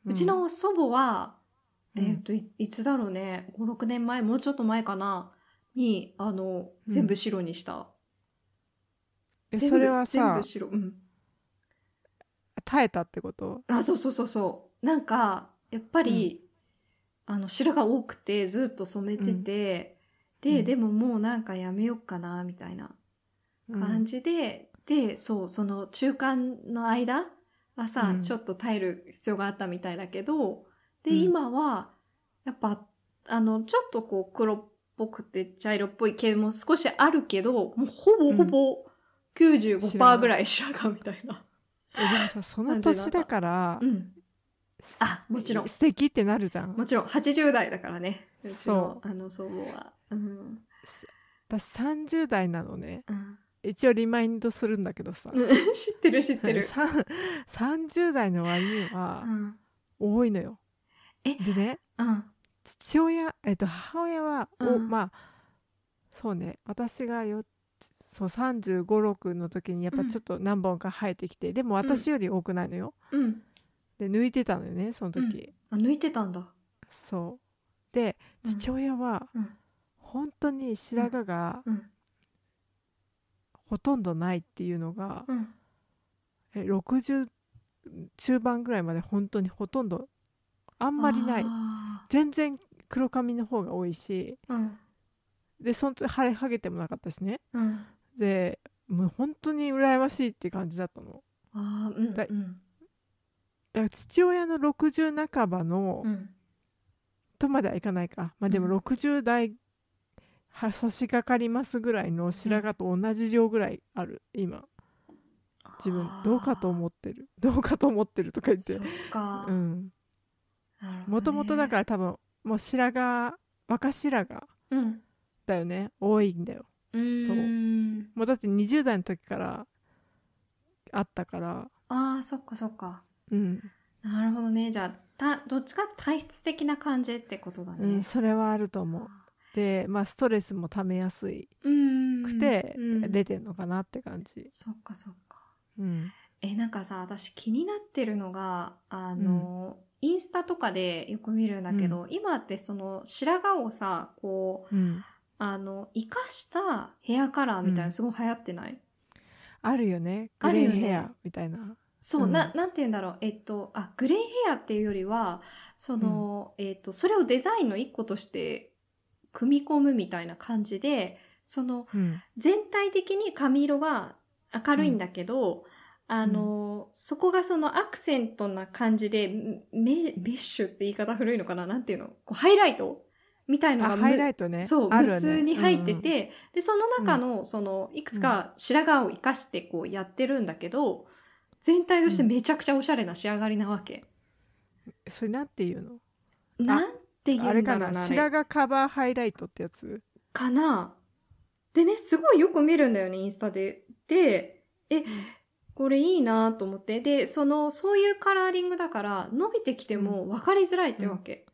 Speaker 1: うんちの祖母は、
Speaker 2: うん
Speaker 1: えっ、といいつだろうね56年前もうちょっと前かなにあの
Speaker 2: うん
Speaker 1: 全部白にした、
Speaker 2: え
Speaker 1: 全部
Speaker 2: それは
Speaker 1: 全
Speaker 2: さ
Speaker 1: 部白うん
Speaker 2: 耐えたってこと
Speaker 1: あそうそうそうそうなんかやっぱり、あの白が多くてずっと染めてて、
Speaker 2: うん
Speaker 1: で、
Speaker 2: うん
Speaker 1: でももうなんかやめようかなみたいな感じで、でそうその中間の間はさ、
Speaker 2: うん
Speaker 1: ちょっと耐える必要があったみたいだけどで、
Speaker 2: うん
Speaker 1: 今はやっぱあのちょっとこう黒っぽくて茶色っぽい毛も少しあるけどもうほぼほぼ95%ぐらい白髪みたいな。
Speaker 2: うんえで
Speaker 1: [LAUGHS]
Speaker 2: もさその年だから
Speaker 1: うん、あもちろん
Speaker 2: 素敵ってなるじゃん
Speaker 1: もちろん80代だからねうちの
Speaker 2: そ
Speaker 1: あの祖母は、うん
Speaker 2: 私30代なのね
Speaker 1: うん [LAUGHS]
Speaker 2: 一応リマインドするんだけどさ、
Speaker 1: うん、知ってる知ってる、
Speaker 2: さん30代の割に
Speaker 1: う
Speaker 2: は
Speaker 1: ん
Speaker 2: 多いのよ。
Speaker 1: え
Speaker 2: でね
Speaker 1: うん
Speaker 2: 父親、えっと、母親は、お
Speaker 1: うん
Speaker 2: まあそうね私がよそう3 5 6の時にやっぱ
Speaker 1: うん
Speaker 2: ちょっと何本か生えてきて、でも私より多くないのよ。
Speaker 1: うん。
Speaker 2: で抜いてたのよねその時、
Speaker 1: うんあ、抜いてたんだ。
Speaker 2: そうで
Speaker 1: うん
Speaker 2: 父親は
Speaker 1: うん。
Speaker 2: 本当に白髪が
Speaker 1: うん。
Speaker 2: ほとんどないっていうのが、
Speaker 1: うん。
Speaker 2: え60中盤ぐらいまで本当にほとんどあんまりない
Speaker 1: あ
Speaker 2: 全然黒髪の方が多いし
Speaker 1: ーうん。
Speaker 2: でその時腫れはげてもなかったしね
Speaker 1: うん。
Speaker 2: でもう本当に羨ましいって感じだったの
Speaker 1: ああ、うん。
Speaker 2: だい
Speaker 1: うん。
Speaker 2: だから父親の60半ばの、
Speaker 1: うん。
Speaker 2: とまではいかないかまあで
Speaker 1: う
Speaker 2: も
Speaker 1: ん
Speaker 2: 60代は差し掛かりますぐらいの白髪と同じ量ぐらいある今自分
Speaker 1: あー
Speaker 2: どうかと思ってるどうかと思ってるとか言っ
Speaker 1: そ
Speaker 2: て
Speaker 1: っか。
Speaker 2: うん
Speaker 1: なるほどね
Speaker 2: もともとだから多分もう白髪若白髪
Speaker 1: うん。
Speaker 2: だよね多いんだよ
Speaker 1: うーん。
Speaker 2: もうだって20代の時からあったから
Speaker 1: ああ、そっかそっか。
Speaker 2: うん、
Speaker 1: なるほどね。じゃあ、たどっちかって体質的な感じってことだ
Speaker 2: うん、
Speaker 1: ね。
Speaker 2: それはあると思うでまあストレスもためやすい
Speaker 1: うん。
Speaker 2: くて
Speaker 1: うん
Speaker 2: 出てんのかなって感じ
Speaker 1: そっかそっか。
Speaker 2: うん
Speaker 1: え、なんかさ、私気になってるのが、あの、インスタとかでよく見るんだけど、今ってその白髪をさ、こう、
Speaker 2: うん
Speaker 1: あの、生かしたヘアカラーみたいな
Speaker 2: うん
Speaker 1: のすごい流行ってない、
Speaker 2: あるよねグ
Speaker 1: ある
Speaker 2: レ
Speaker 1: よ
Speaker 2: ー
Speaker 1: ね
Speaker 2: ヘアみたいな
Speaker 1: そう、
Speaker 2: うん
Speaker 1: な、なんて言うんだろう。えっと、あ、グレイヘアっていうよりは、その、えっと、それをデザインの一個として組み込むみたいな感じで、その、
Speaker 2: うん
Speaker 1: 全体的に髪色が明るいんだけど、あの、そこがそのアクセントな感じで、メメッシュって言い方古いのかななんていうのこうハイライトみたいの
Speaker 2: あ
Speaker 1: がむ
Speaker 2: ハイライトね
Speaker 1: そう、
Speaker 2: あ
Speaker 1: 無
Speaker 2: るよね
Speaker 1: 数に入ってて、で、その中の、その、いくつか白髪を生かしてこうやってるんだけど、全体としてめちゃくちゃおしゃれな仕上がりなわけ。
Speaker 2: うんそれなんていうの
Speaker 1: なんて言
Speaker 2: あ
Speaker 1: う
Speaker 2: れ
Speaker 1: んだ
Speaker 2: か
Speaker 1: ろう
Speaker 2: な
Speaker 1: な、あれ
Speaker 2: 白髪カバーハイライトってやつ
Speaker 1: かなでね、すごいよく見るんだよね、インスタで。で、え、これいいなと思って。で、その、そういうカラーリングだから、伸びてきても分かりづらいってわけ。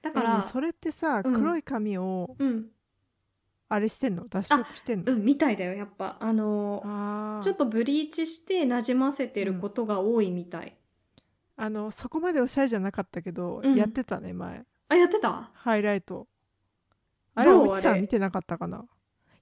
Speaker 1: だか
Speaker 2: えね
Speaker 1: ら、
Speaker 2: それってさ、
Speaker 1: うん
Speaker 2: 黒い髪を
Speaker 1: うん、
Speaker 2: あれしてんの脱色してん
Speaker 1: う
Speaker 2: の
Speaker 1: ん、みたいだよ、やっぱ。あのー
Speaker 2: あー
Speaker 1: ちょっとブリーチしてなじませてることが多いみたい。
Speaker 2: あのそこまでおしゃれじゃなかったけど、
Speaker 1: うん
Speaker 2: やってたね前
Speaker 1: あ、やってた
Speaker 2: ハイライトあれ
Speaker 1: どう
Speaker 2: おじさ
Speaker 1: あれ
Speaker 2: ん見てなかったかない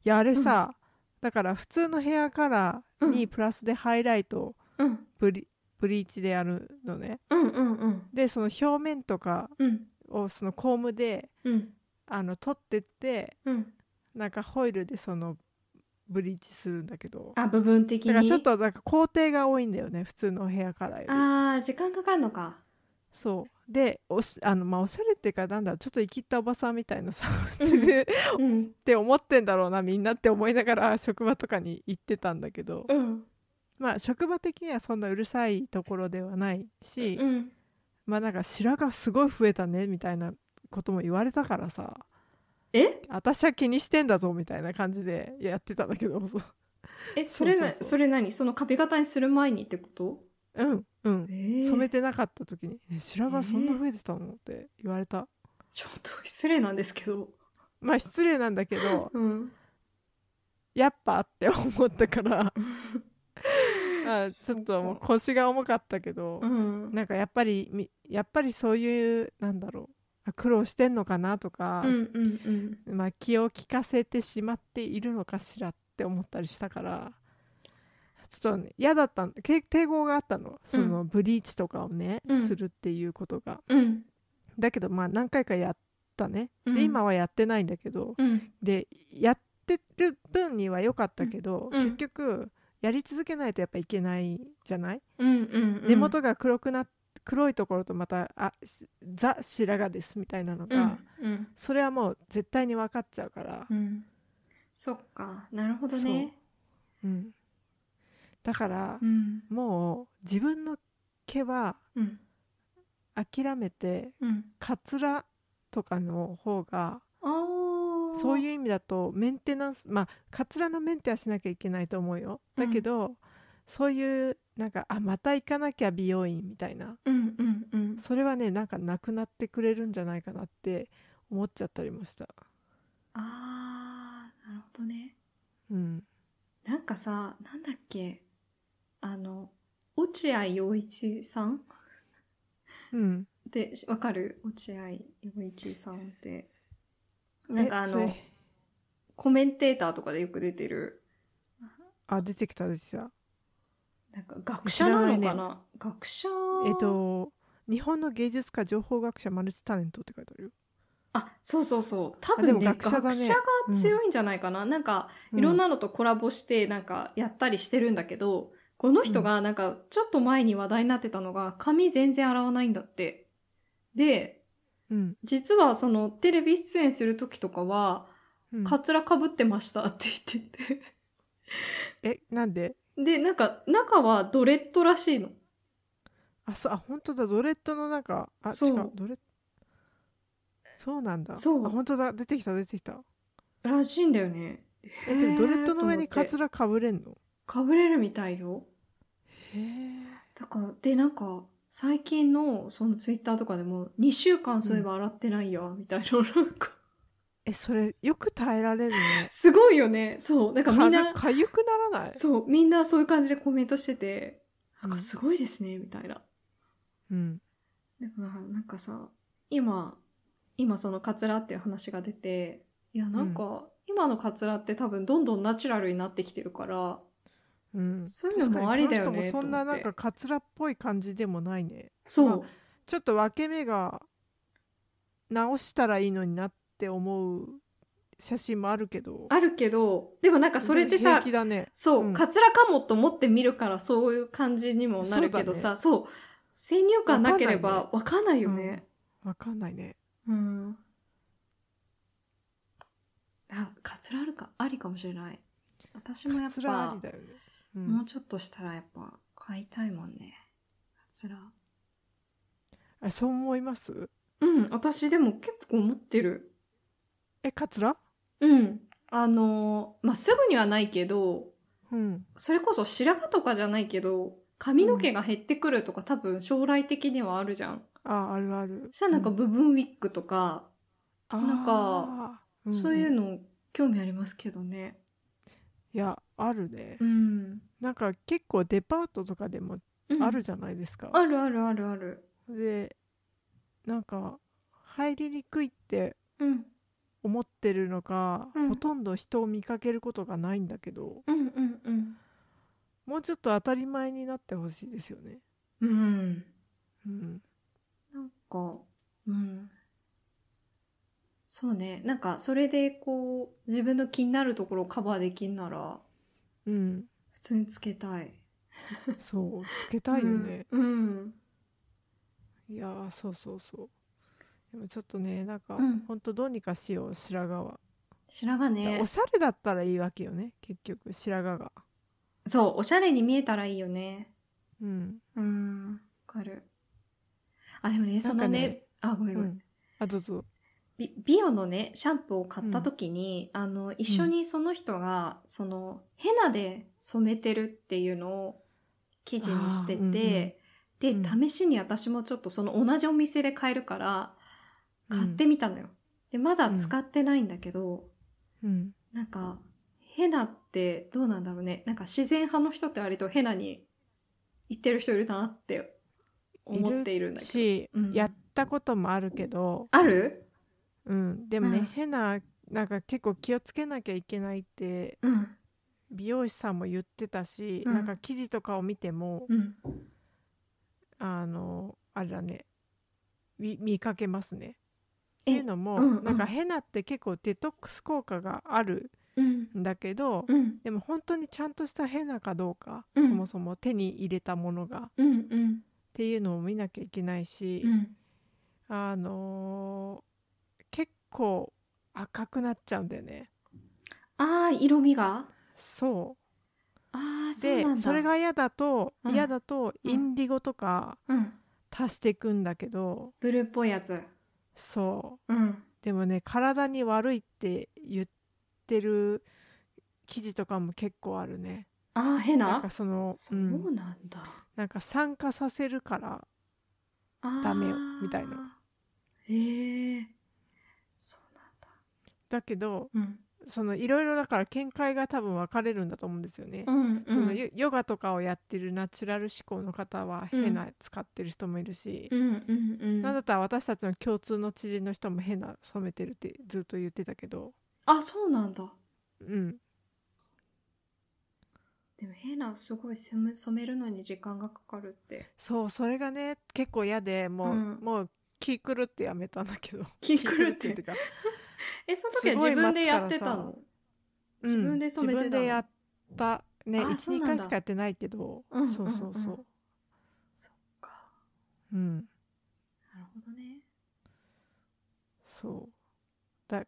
Speaker 2: やあれさ、だから普通のヘアカラー
Speaker 1: う
Speaker 2: に
Speaker 1: ん
Speaker 2: プラスでハイライトを
Speaker 1: うん。
Speaker 2: ブリブリーチでやるのね
Speaker 1: うんうんうん。
Speaker 2: でその表面とか
Speaker 1: うん。
Speaker 2: をそのコームで
Speaker 1: うん。
Speaker 2: あの取ってって
Speaker 1: うん。
Speaker 2: なんかホイルでそのブリーチするんだけど
Speaker 1: あ、部分的に。
Speaker 2: だからちょっ。となんか工程が多いんだよね普通のヘアカラーより
Speaker 1: あー、時間かかるのか。
Speaker 2: そうでおしあの、まあ、おしゃれっていうかなんだろうちょっと生きったおばさんみたいなさっ [LAUGHS]
Speaker 1: うん
Speaker 2: て
Speaker 1: うん。
Speaker 2: 思ってんだろうなみんなって思いながら [LAUGHS] 職場とかに行ってたんだけど、
Speaker 1: うん。
Speaker 2: まあ職場的にはそんなうるさいところではないし、
Speaker 1: うん。
Speaker 2: まあなんか白髪すごい増えたねみたいなことも言われたからさ
Speaker 1: え
Speaker 2: 私は気にしてんだぞみたいな感じでやってたんだけど
Speaker 1: え、それな、
Speaker 2: そうそうそう
Speaker 1: それ何その髪型にする前にってこと
Speaker 2: うんうん
Speaker 1: え
Speaker 2: 染め
Speaker 1: ー、
Speaker 2: てなかった時に「ね白髪そんな増えてたの?」って言われた
Speaker 1: ちょっと失礼なんですけど。
Speaker 2: まあ失礼なんだけど
Speaker 1: うん。
Speaker 2: やっぱって思ったから [LAUGHS] あち
Speaker 1: そっ
Speaker 2: ょ
Speaker 1: か
Speaker 2: っともう腰が重かったけど、
Speaker 1: うん。
Speaker 2: なんかやっぱりみやっぱりそういうなんだろうあ苦労してんのかなとか
Speaker 1: うん、うんうん。
Speaker 2: まあ、気を利かせてしまっているのかしらって思ったりしたからちょっとね嫌だったんけ抵抗があったのそのブリーチとかをね、
Speaker 1: うん
Speaker 2: するっていうことが。
Speaker 1: うん。
Speaker 2: だけどまあ何回かやったね。
Speaker 1: う
Speaker 2: で
Speaker 1: ん
Speaker 2: 今はやってないんだけど、
Speaker 1: うん。
Speaker 2: でやってる分には良かったけど、
Speaker 1: うんうん
Speaker 2: 結局やり続けないとやっぱいけないじゃない、
Speaker 1: うんうん。
Speaker 2: 根元が黒くな黒いところとまたあしザ白髪ですみたいなの
Speaker 1: う
Speaker 2: が、
Speaker 1: ん。うん。
Speaker 2: それはもう絶対に分かっちゃうから
Speaker 1: う、ん。そっか。なるほどね。
Speaker 2: うんだから
Speaker 1: う、ん。
Speaker 2: もう自分の毛は
Speaker 1: うん。
Speaker 2: 諦めて
Speaker 1: うん。
Speaker 2: カツラとかの方が
Speaker 1: ああ。
Speaker 2: そう
Speaker 1: う。
Speaker 2: いう意味だとメンテナンスまあカツラのメンテはしなきゃいけないと思うよ
Speaker 1: うん
Speaker 2: だけど、そういうなんかあまた行かなきゃ美容院みたいな
Speaker 1: うんうんうん。
Speaker 2: それはねなんかなくなってくれるんじゃないかなって思っちゃったりもした、
Speaker 1: ああ、なるほどね。
Speaker 2: うん
Speaker 1: なんかさなんだっけあの落合陽一さん
Speaker 2: うん
Speaker 1: でわかる落合陽一さんってなんかあ
Speaker 2: えそ
Speaker 1: の
Speaker 2: れ
Speaker 1: コメンテーターとかでよく出てる
Speaker 2: あ出てきた出てきた
Speaker 1: なんか学者なの
Speaker 2: 知
Speaker 1: からな学者
Speaker 2: えっと日本の芸術家情報学者マルチタレントって書いてあるよ、
Speaker 1: あそうそうそう多
Speaker 2: あで
Speaker 1: 分
Speaker 2: も
Speaker 1: ね
Speaker 2: 学
Speaker 1: 学
Speaker 2: 者
Speaker 1: 者
Speaker 2: だね
Speaker 1: が強いんじゃないかな、なんかいろんなのとコラボしてなんかやったりしてるんだけど、この人がなんかちょっと前に話題になってたのが髪全然洗わないんだってで
Speaker 2: うん、
Speaker 1: 実はそのテレビ出演する時とかは
Speaker 2: うん
Speaker 1: カツラかぶってましたって言ってて
Speaker 2: えなんで
Speaker 1: でなんか中はドレッドらしいの
Speaker 2: あそうあ本当だドレッドのなんかあ
Speaker 1: そう
Speaker 2: 違うドレッそうなんだ
Speaker 1: そう
Speaker 2: あ本当だ出てきた出てきた
Speaker 1: らしいんだよね
Speaker 2: えでもドレッドの上にカ
Speaker 1: カツ
Speaker 2: ツ
Speaker 1: ラ
Speaker 2: ラかぶれんの
Speaker 1: かぶれるみたいよ
Speaker 2: へえ
Speaker 1: だからでなんか最近のそのツイッターとかでも2週間そういえば洗ってないや、みたいななん
Speaker 2: [LAUGHS]
Speaker 1: か
Speaker 2: えそれよく耐えられるね
Speaker 1: すごいよねそう [LAUGHS] なんかみんな
Speaker 2: かゆくならない
Speaker 1: そうみんなそういう感じでコメントしててなん
Speaker 2: うん
Speaker 1: かすごいですね、みたいな
Speaker 2: うん
Speaker 1: だからなんかさ今今そのカツラっていう話が出ていやなんか、今のカツラって多分どんどんナチュラルになってきてるから
Speaker 2: うん
Speaker 1: そういうのもありだよね
Speaker 2: 確かにこの人もそんな
Speaker 1: と思
Speaker 2: な
Speaker 1: っ
Speaker 2: ん
Speaker 1: て
Speaker 2: かカツラっぽい感じでもないね
Speaker 1: そう
Speaker 2: ちょっと分け目が直したらいいのになって思う写真もあるけど
Speaker 1: あるけどでもなんかそれってさ
Speaker 2: 平気だね
Speaker 1: そう、
Speaker 2: うん
Speaker 1: カツラかもと思って見るからそういう感じにもなるけどさそう,、先入観なければわかんないよね。
Speaker 2: わかんないね
Speaker 1: うん、あカツラあるかありかもしれない私もやっ
Speaker 2: カツラ
Speaker 1: ぱ
Speaker 2: ありだよね、うん
Speaker 1: もうちょっとしたらやっぱ買いたいもんねカツラ
Speaker 2: あそう思います
Speaker 1: うん私でも結構持ってる
Speaker 2: えカツラ
Speaker 1: うんあのーまあすぐにはないけど
Speaker 2: うん
Speaker 1: それこそ白髪とかじゃないけど髪の毛が減ってくるとか、多分将来的にはあるじゃん
Speaker 2: ああるある
Speaker 1: そしたらなんか
Speaker 2: う
Speaker 1: 部分ウィッグとか、なんか
Speaker 2: あーん
Speaker 1: そういうの興味ありますけどね。
Speaker 2: いやあるね、
Speaker 1: うん。
Speaker 2: なんか結構デパートとかでも
Speaker 1: うん
Speaker 2: あるじゃないですか、
Speaker 1: あるあるあるある。
Speaker 2: でなんか入りにくいって
Speaker 1: うん。
Speaker 2: 思ってるのか、
Speaker 1: うん
Speaker 2: ほとんど人を見かけることがないんだけど
Speaker 1: うんうんうん。
Speaker 2: もうちょっと当たり前になってほしいですよね。
Speaker 1: うん。
Speaker 2: うん、
Speaker 1: なんか、うん。そうね。なんかそれでこう自分の気になるところをカバーできんなら
Speaker 2: うん、
Speaker 1: 普通につけたい。
Speaker 2: そうつけたいよ
Speaker 1: [LAUGHS]
Speaker 2: ね。
Speaker 1: うん。うん。
Speaker 2: いやーそうそうそう。でもちょっとねなんか、
Speaker 1: うん
Speaker 2: ほんとどうにかしよう白髪は。
Speaker 1: 白髪ね
Speaker 2: お。しゃれだったらいいわけよね結局白髪が。
Speaker 1: そう、おしゃれに見えたらいいよね。
Speaker 2: うん、
Speaker 1: うん。わかる。あ、でもね、
Speaker 2: な
Speaker 1: そ
Speaker 2: んか
Speaker 1: の
Speaker 2: ね
Speaker 1: ね、あ、ごめん
Speaker 2: う
Speaker 1: ごめん。
Speaker 2: ん、あどうぞ。
Speaker 1: ビビオのねシャンプーを買った時に、あの一緒にその人が、そのヘナで染めてるっていうのを記事にして
Speaker 2: あー
Speaker 1: て、
Speaker 2: うん
Speaker 1: で、試しに私もちょっとその同じお店で買えるから買ってみたのよ。でまだ使ってないんだけど、
Speaker 2: うん、
Speaker 1: なんかヘナってどうなんだろうねなんか自然派の人って割とヘナに行ってる人いるなって思っているんだけど。
Speaker 2: し、
Speaker 1: うん
Speaker 2: やったこともあるけど、
Speaker 1: ある
Speaker 2: うん、でもね、
Speaker 1: うん
Speaker 2: 変ななんか結構気をつけなきゃいけないって
Speaker 1: うん。
Speaker 2: 美容師さんも言ってたし、
Speaker 1: うん
Speaker 2: なんか記事とかを見ても、
Speaker 1: うん。
Speaker 2: あのあれだねみ見かけますね。って
Speaker 1: え
Speaker 2: いうのも、
Speaker 1: うんうん
Speaker 2: なんかヘナって結構デトックス効果がある
Speaker 1: うん。
Speaker 2: んだけど、
Speaker 1: うん。
Speaker 2: でも本当にちゃんとしたヘナかどうか、
Speaker 1: うん
Speaker 2: そもそも手に入れたものがっ
Speaker 1: うん。うん。
Speaker 2: ていうのを見なきゃいけないし、
Speaker 1: うん。
Speaker 2: あのー結構赤くなっちゃうんだよね。
Speaker 1: ああ色味が
Speaker 2: そう
Speaker 1: ああそう
Speaker 2: で
Speaker 1: なん
Speaker 2: そ
Speaker 1: だ
Speaker 2: れが嫌だと、
Speaker 1: うん
Speaker 2: 嫌だと
Speaker 1: うん
Speaker 2: インディゴとか
Speaker 1: うん
Speaker 2: 足していくんだけど、
Speaker 1: ブルーっぽいやつ
Speaker 2: そう
Speaker 1: うん
Speaker 2: でもね体に悪いって言ってる記事とかも結構あるね
Speaker 1: ああヘ
Speaker 2: なん
Speaker 1: ナ
Speaker 2: かその、
Speaker 1: そううんなんだ、
Speaker 2: なんか酸化させるから
Speaker 1: あー
Speaker 2: ダメよみたいな
Speaker 1: へえそうなんだ
Speaker 2: だけど
Speaker 1: うん
Speaker 2: そのいろいろだから見解が多分分かれるんだと思うんですよね。
Speaker 1: うん
Speaker 2: そのヨヨガとかをやってるナチュラル思考の方は
Speaker 1: うん
Speaker 2: 変な使ってる人もいるし、
Speaker 1: うんうんうん
Speaker 2: なんだったら私たちの共通の知人の人も変な染めてるってずっと言ってたけど、
Speaker 1: あそうなんだ
Speaker 2: うん、
Speaker 1: でも変なすごい染め染めるのに時間がかかるって
Speaker 2: そうそれがね結構嫌でもう、
Speaker 1: うん
Speaker 2: もう気狂ってやめたんだけど
Speaker 1: 気狂って
Speaker 2: 気いうか、
Speaker 1: えその時は
Speaker 2: すご
Speaker 1: 自
Speaker 2: い
Speaker 1: 分でやってた
Speaker 2: 待つから
Speaker 1: の
Speaker 2: さ
Speaker 1: 自分で染めてたの
Speaker 2: うん自分でやったね
Speaker 1: あそう
Speaker 2: 12
Speaker 1: なんだ
Speaker 2: 回しかやってないけど、
Speaker 1: うん
Speaker 2: そうそうそう、
Speaker 1: そっか
Speaker 2: うん、
Speaker 1: なるほどね
Speaker 2: そうだ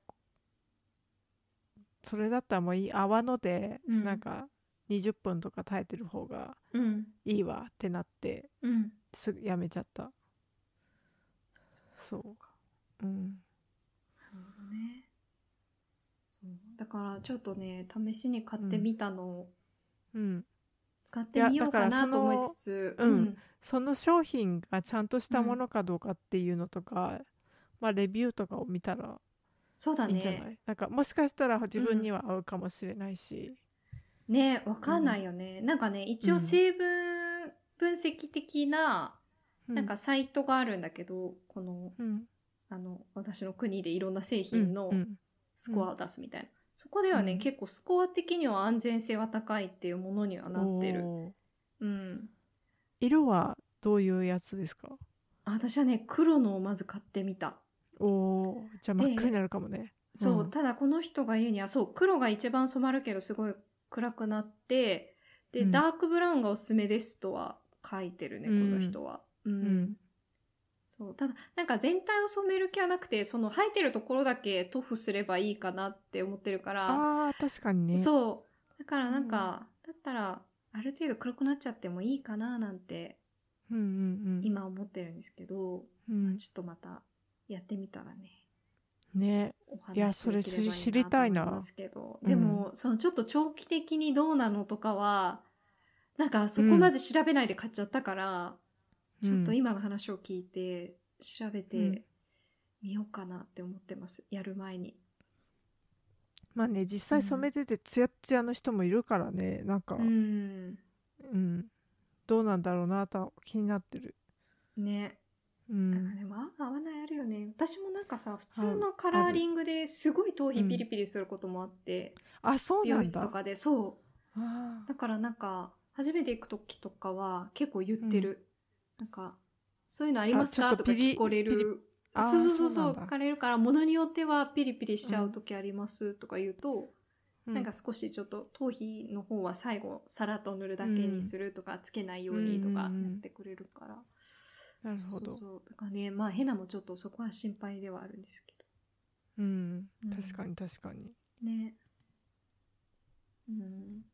Speaker 2: それだったらもういい泡ので、
Speaker 1: うん
Speaker 2: なんか20分とか耐えてる方が
Speaker 1: うん
Speaker 2: いいわってなって
Speaker 1: うん
Speaker 2: すぐやめちゃった
Speaker 1: そうか
Speaker 2: うん
Speaker 1: なるほどねそうだからちょっとね試しに買ってみたのを
Speaker 2: うん
Speaker 1: 使ってみようか
Speaker 2: いやだか
Speaker 1: な
Speaker 2: らそ
Speaker 1: と
Speaker 2: の
Speaker 1: 思いつつ
Speaker 2: うんその商品がちゃんとしたものかどうかっていうのとか、まあレビューとかを見たら
Speaker 1: そうだ
Speaker 2: いいんじゃない
Speaker 1: ね
Speaker 2: なんかもしかしたら自分には合うかもしれないし、
Speaker 1: ねわかんないよね、なんかね一
Speaker 2: う
Speaker 1: 応
Speaker 2: ん
Speaker 1: 成分分析的な
Speaker 2: う
Speaker 1: なんか、サイトがあるんだけどこの
Speaker 2: うん、
Speaker 1: あの私の国でいろんな製品の
Speaker 2: うん
Speaker 1: スコアを出すみたいな、そこではね、
Speaker 2: うん
Speaker 1: 結構スコア的には安全性は高いっていうものにはなってる、
Speaker 2: おー
Speaker 1: うん、
Speaker 2: 色はどういうやつですか
Speaker 1: あ私はね黒のをまず買ってみた
Speaker 2: おおーじゃあ
Speaker 1: で
Speaker 2: 真っ赤になるかもね
Speaker 1: そう、
Speaker 2: うん
Speaker 1: ただこの人が言うにはそう黒が一番染まるけどすごい暗くなってで、
Speaker 2: うん
Speaker 1: ダークブラウンがおすすめですとは書いてるねこの人は。
Speaker 2: う
Speaker 1: うんそうただなんか全体を染める気はなくてその生えてるところだけ塗布すればいいかなって思ってるから
Speaker 2: あー確かにね
Speaker 1: そうだからなんか、だったらある程度黒くなっちゃってもいいかななんて
Speaker 2: うんうんうん
Speaker 1: 今思ってるんですけど、
Speaker 2: うん
Speaker 1: ちょっとまたやってみたらね
Speaker 2: ね
Speaker 1: お話
Speaker 2: いやそれ
Speaker 1: できばいいな
Speaker 2: 知りたいな
Speaker 1: と思ますけど、
Speaker 2: うん
Speaker 1: でもそのちょっと長期的にどうなのとかはなんかそこまで調べないで買っちゃったから、ちょっと今の話を聞いて調べ
Speaker 2: うん
Speaker 1: てみようかなって思ってますやる前に。
Speaker 2: まあね実際染めててツヤッツヤの人もいるからねなんか、
Speaker 1: うん、
Speaker 2: うんどうなんだろうなとは気になってる
Speaker 1: ね
Speaker 2: う
Speaker 1: なんか
Speaker 2: ん
Speaker 1: でも合わないあるよね私もなんかさ普通のカラーリングですごい頭皮ピリピリすることもあって、
Speaker 2: あそう
Speaker 1: 美
Speaker 2: な
Speaker 1: 容
Speaker 2: ん
Speaker 1: 室
Speaker 2: だ
Speaker 1: とかでそう
Speaker 2: あ
Speaker 1: だからなんか初めて行く時とかは結構言ってる、なんかそういうのあります
Speaker 2: あちょ
Speaker 1: か
Speaker 2: っと
Speaker 1: とか
Speaker 2: ピリ
Speaker 1: 聞これ
Speaker 2: ピリ
Speaker 1: る
Speaker 2: あー
Speaker 1: そうそうそうそう
Speaker 2: そうなんだ
Speaker 1: 聞かれるからものによってはピリピリしちゃう時ありますとか言うと、
Speaker 2: ー
Speaker 1: なんか少しちょっと頭皮の方は最後さらっと塗るだけにするとか、つけないようにとかやってくれるから、
Speaker 2: うんなるほ
Speaker 1: そう
Speaker 2: ど
Speaker 1: そうそうだからねまあヘナもちょっとそこは心配ではあるんですけ
Speaker 2: うん
Speaker 1: うん
Speaker 2: 確かに確かに
Speaker 1: どねうん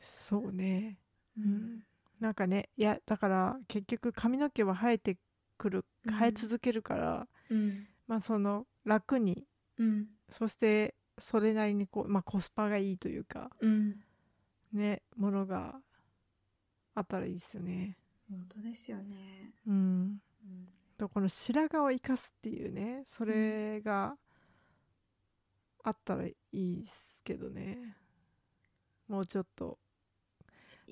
Speaker 2: そうね
Speaker 1: う
Speaker 2: うんなんかねいやだから結局髪の毛は生えてくる
Speaker 1: うん
Speaker 2: 生え続けるから、
Speaker 1: うん
Speaker 2: まあその楽に
Speaker 1: うん
Speaker 2: そしてそれなりにこう、まあ、コスパがいいというか
Speaker 1: うん
Speaker 2: ねものがあったらいいですよね。
Speaker 1: 本当ですよね、
Speaker 2: うん、
Speaker 1: うん
Speaker 2: とこの白髪を生かすっていうねそれがあったらいいですけどねもうちょっと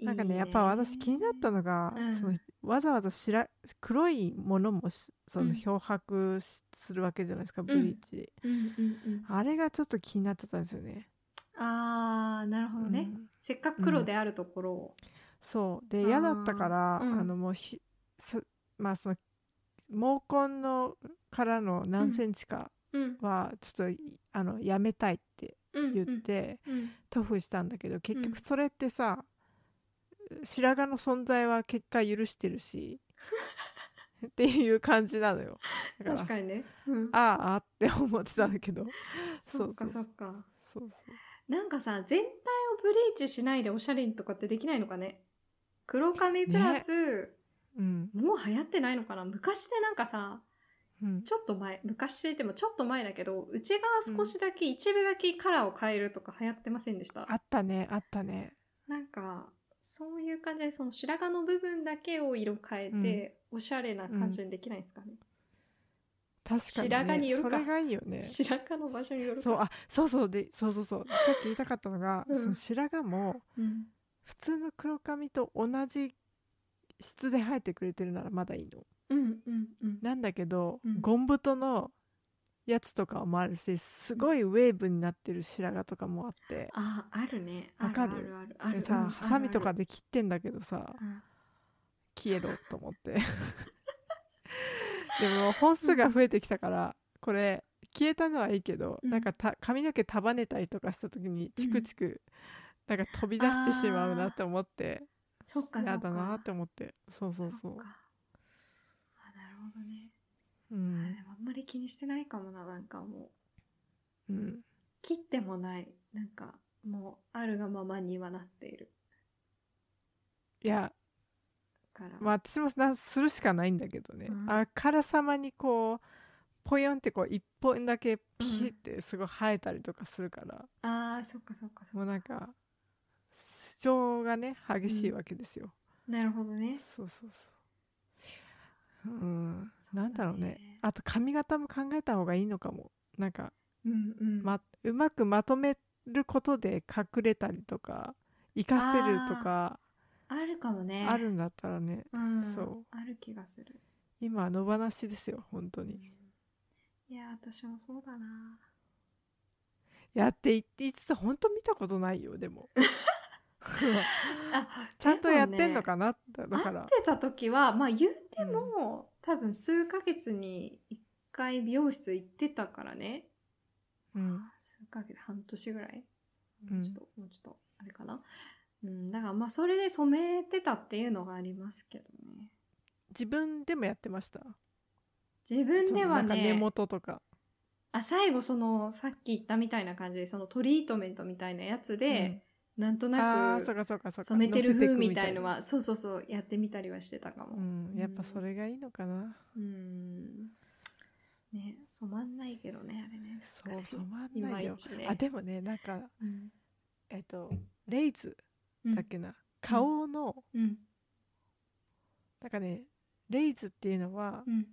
Speaker 2: なんかねやっぱ私気になったのが、
Speaker 1: うん
Speaker 2: そのわざわざ白黒いものもしそうの
Speaker 1: ん
Speaker 2: 漂白しするわけじゃないですか、ブリーチ、
Speaker 1: うんうんうん
Speaker 2: あれがちょっと気になってたんですよね。
Speaker 1: あーなるほどね、
Speaker 2: うん
Speaker 1: せっかく黒であるところを、
Speaker 2: そうで
Speaker 1: あー
Speaker 2: 嫌だったからあ、
Speaker 1: うん
Speaker 2: のもうひそまあその毛根のからの何センチか
Speaker 1: うん
Speaker 2: はちょっと、いあのやめたいって
Speaker 1: うん
Speaker 2: 言って
Speaker 1: うんうん
Speaker 2: 塗布したんだけど結
Speaker 1: うん
Speaker 2: 局それってさ、白髪の存在は結果許して
Speaker 1: [LAUGHS]
Speaker 2: るしっていう感じなのよだから
Speaker 1: 確かにね、うん、
Speaker 2: あああって思ってたんだけど
Speaker 1: そっか
Speaker 2: そ
Speaker 1: そうっか
Speaker 2: そうそう
Speaker 1: なんかさ全体をブリーチしないでおしゃれにとかってできないのかね黒髪プラス、
Speaker 2: うん
Speaker 1: もう流行ってないのかな昔でなんかさ
Speaker 2: うん
Speaker 1: ちょっと前昔で言ってもちょっと前だけど内側少しだけ、一部だけカラーを変えるとか流行ってませんでした
Speaker 2: あったねあったね
Speaker 1: なんかそういう感じでその白髪の部分だけを色変えて、おしゃれな感じにできないんですかね、
Speaker 2: 確か
Speaker 1: 白
Speaker 2: に、ね、
Speaker 1: 髪によるか
Speaker 2: それがいいよね
Speaker 1: 白髪の場所による
Speaker 2: そう
Speaker 1: か
Speaker 2: あそうそうでそうそうそうさっき言いたかったのが、
Speaker 1: うん
Speaker 2: その白髪も
Speaker 1: うん
Speaker 2: 普通の黒髪と同じ質で生えてくれてるならまだいいの
Speaker 1: うんうんうん
Speaker 2: なんだけど、
Speaker 1: うん
Speaker 2: ゴン太のやつとかもあるしすごいウェーブになってる白髪とかもあって、
Speaker 1: ああるねあ
Speaker 2: わかる
Speaker 1: あるあるある
Speaker 2: さハサミとか
Speaker 1: で
Speaker 2: で切ってんだけどさ消えろと思って
Speaker 1: [LAUGHS]
Speaker 2: でも本数が増えてきたからこれ消えたのはいいけど、
Speaker 1: うん
Speaker 2: なんかた髪の毛束ねたりとかした時にチクチク、なんか飛び出してしまうなって思って
Speaker 1: そっかそ
Speaker 2: や
Speaker 1: っか
Speaker 2: だなって思ってそうそうそう
Speaker 1: そっかあなるほどね
Speaker 2: う
Speaker 1: あ
Speaker 2: ん
Speaker 1: でもあんまり気にしてないかもななんかもう
Speaker 2: うん
Speaker 1: 切ってもないなんかもうあるがままにはなっている
Speaker 2: いや
Speaker 1: から、
Speaker 2: まあ、私もなするしかないんだけどね、
Speaker 1: うん
Speaker 2: あからさまにこうポヨンってこう一本だけピ
Speaker 1: うん
Speaker 2: ッてすごい生えたりとかするから、
Speaker 1: あーそっかそっかそっ
Speaker 2: も
Speaker 1: か
Speaker 2: うなんか主張がね激しいわけですよ、
Speaker 1: なるほどね
Speaker 2: そうそうそううん
Speaker 1: そうだね
Speaker 2: なんだろうねあと髪型も考えた方がいいのかもなんか、
Speaker 1: うんうん
Speaker 2: ま、うまくまとめることで隠れたりとか活かせるとか
Speaker 1: あるかもね
Speaker 2: あるんだったらね
Speaker 1: うん
Speaker 2: そう
Speaker 1: ある気がする
Speaker 2: 今野放しですよ本当に。
Speaker 1: いやー私もそうだ
Speaker 2: [LAUGHS]
Speaker 1: な
Speaker 2: やってい言いつつ本当見たことないよで
Speaker 1: [LAUGHS]
Speaker 2: も [LAUGHS]
Speaker 1: あ
Speaker 2: ちゃんとやってんの
Speaker 1: な
Speaker 2: かな、だだから
Speaker 1: 会ってた時はまあ言うても、多分数ヶ月に1回美容室行ってたからね、
Speaker 2: うん
Speaker 1: 数ヶ月半年ぐらい、
Speaker 2: うん
Speaker 1: もうちょっともうちょっとあれかなうんだからまあそれで染めてたっていうのがありますけどね
Speaker 2: 自分でもやってました
Speaker 1: 自分では
Speaker 2: そのなんか根
Speaker 1: ね
Speaker 2: 元とか
Speaker 1: あ最後そのさっき言ったみたいな感じでそのトリートメントみたいなやつで、なんと
Speaker 2: うんあ
Speaker 1: な
Speaker 2: ーそう
Speaker 1: く
Speaker 2: かそうかそうか
Speaker 1: 染めてる
Speaker 2: 乗せ
Speaker 1: 風
Speaker 2: く
Speaker 1: みたいのはそうそうそうやってみたりはしてたかも、
Speaker 2: うんやっぱそれがいいのかな、
Speaker 1: うーんね、染まんないけどね、あれね。
Speaker 2: そう染まん
Speaker 1: い
Speaker 2: な
Speaker 1: ま
Speaker 2: い
Speaker 1: い
Speaker 2: よ
Speaker 1: ちね。
Speaker 2: あでもねなんか
Speaker 1: うん
Speaker 2: えっとレイズ
Speaker 1: うん
Speaker 2: だっけな、顔の
Speaker 1: うん。
Speaker 2: なんかねレイズっていうのは
Speaker 1: うん。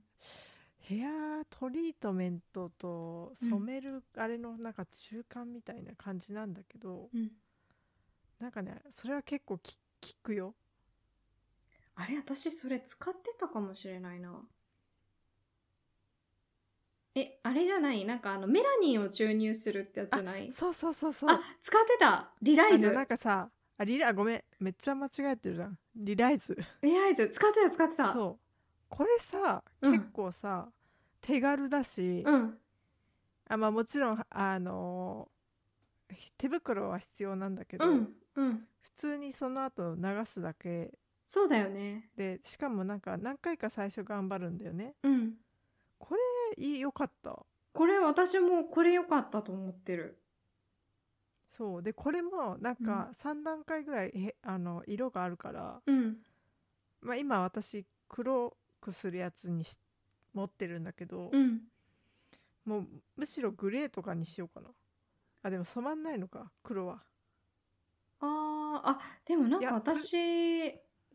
Speaker 2: ヘアトリートメントと染めるあれのなんか中間みたいな感じなんだけど、
Speaker 1: うん。
Speaker 2: なんかねそれは結構き聞くよ
Speaker 1: あれ、私それ使ってたかもしれないな。え、あれじゃないなんかあの、メラニンを注入するってやつじゃない
Speaker 2: そうそうそうそう
Speaker 1: あ、使ってたリライ
Speaker 2: あ
Speaker 1: ズ
Speaker 2: のなんかさあリラごめんめっちゃ間違えてるじゃんリライズ
Speaker 1: リライズ使ってた使ってた
Speaker 2: そうこれさ
Speaker 1: うん
Speaker 2: 結構さ、手軽だし、
Speaker 1: うん。
Speaker 2: あまあもちろんあのー手袋は必要なんだけど、
Speaker 1: うん。うん。
Speaker 2: 普通にその後流すだけ
Speaker 1: そうだよね。
Speaker 2: でしかもなんか何回か最初頑張るんだよね
Speaker 1: うん。
Speaker 2: えいいよかった
Speaker 1: これ私もこれ良かったと思ってる。
Speaker 2: そうでこれもなんか3段階ぐらい、へあの色があるから
Speaker 1: うん。
Speaker 2: まあ、今私黒くするやつにし持ってるんだけど、
Speaker 1: うん。
Speaker 2: もうむしろグレーとかにしようかなあでも染まんないのか黒は
Speaker 1: あーあでもなん
Speaker 2: いや
Speaker 1: か私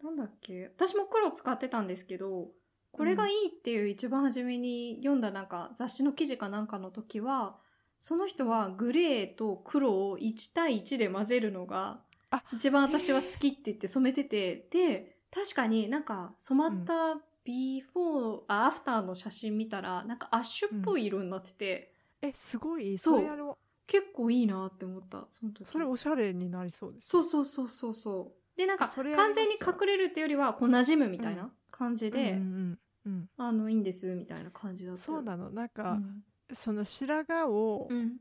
Speaker 1: なんだっけ私も黒使ってたんですけどこれがいいっていう一番初めに読んだなんか雑誌の記事かなんかの時はその人はグレーと黒を1対1で混ぜるのが
Speaker 2: あ
Speaker 1: 一番私は好きって言って染めててで確かになんか染まったビフォー、あアフターの写真見たらなんかアッシュっぽい色になってて、
Speaker 2: えすごい
Speaker 1: そ
Speaker 2: そうれやろ
Speaker 1: 結構いいなって思ったその
Speaker 2: う
Speaker 1: 時
Speaker 2: それおしゃれになりそうです
Speaker 1: そうそうそうそうそう。でなんか
Speaker 2: それやり
Speaker 1: 完
Speaker 2: ます
Speaker 1: 全に隠れるっていうよりはこう馴染むみたいうな感じ
Speaker 2: うん
Speaker 1: で、
Speaker 2: うんうんうん
Speaker 1: あのいいんですみたいな感じだったよ。
Speaker 2: そうなのなんか、
Speaker 1: うん
Speaker 2: その白髪を
Speaker 1: うん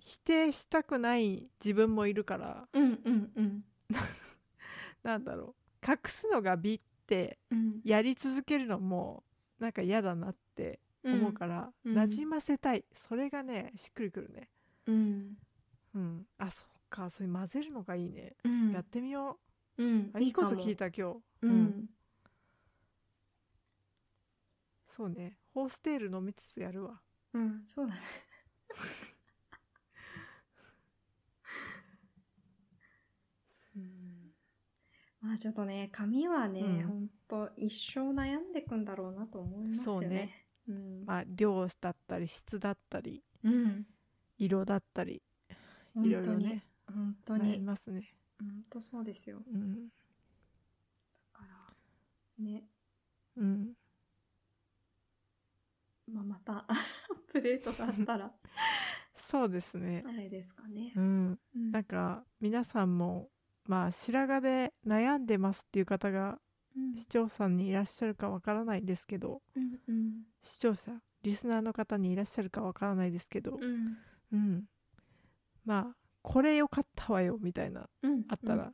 Speaker 2: 否定したくない自分もいるから、
Speaker 1: うんうんうん
Speaker 2: なんだろう隠すのが美って
Speaker 1: うん
Speaker 2: やり続けるのもなんか嫌だなって思うから、
Speaker 1: うん
Speaker 2: 馴染ませたいそれがねしっくりくるね
Speaker 1: うん
Speaker 2: うんあそっかそれ混ぜるのがいいね、
Speaker 1: うん
Speaker 2: やってみよ
Speaker 1: うん
Speaker 2: うあいいこ
Speaker 1: か
Speaker 2: と
Speaker 1: も
Speaker 2: 聞いた今日
Speaker 1: うん、
Speaker 2: そうねホーステール飲みつつやるわ
Speaker 1: うんそうだね。うんまあちょっとね髪はね、
Speaker 2: うん
Speaker 1: ほんと一生悩んでくんだろうなと思いますよ
Speaker 2: そう
Speaker 1: ね
Speaker 2: ね。
Speaker 1: うん
Speaker 2: まあ、量だったり質だったり
Speaker 1: うん
Speaker 2: 色だったりいろいろね
Speaker 1: 本当
Speaker 2: あり
Speaker 1: に
Speaker 2: ますね。
Speaker 1: 本当そうですよ
Speaker 2: うん
Speaker 1: だからね、
Speaker 2: うん、
Speaker 1: まあ、また [LAUGHS] アップデートがあったら
Speaker 2: そうですね
Speaker 1: あ。れですかね
Speaker 2: う、ん、
Speaker 1: うん
Speaker 2: なんか皆さんもまあ白髪で悩んでますっていう方が
Speaker 1: うん
Speaker 2: 視聴者にいらっしゃるかわからないですけど
Speaker 1: うんうん
Speaker 2: 視聴者リスナーの方にいらっしゃるかわからないですけど、
Speaker 1: うん
Speaker 2: うん、まあこれ良かったわよみたいな
Speaker 1: うん
Speaker 2: あったら、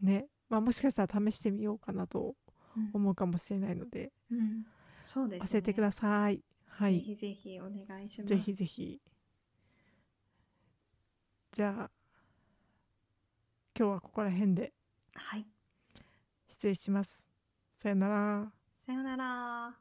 Speaker 2: ね、まあ、もしかしたら試してみようかなと
Speaker 1: うん
Speaker 2: 思うかもしれないので
Speaker 1: うんそうですね
Speaker 2: 教えてください。はい、
Speaker 1: ぜひぜひお願いします
Speaker 2: ぜひぜひ。じゃあ、今日はここら辺で
Speaker 1: はい
Speaker 2: 失礼します。さよなら。
Speaker 1: さよなら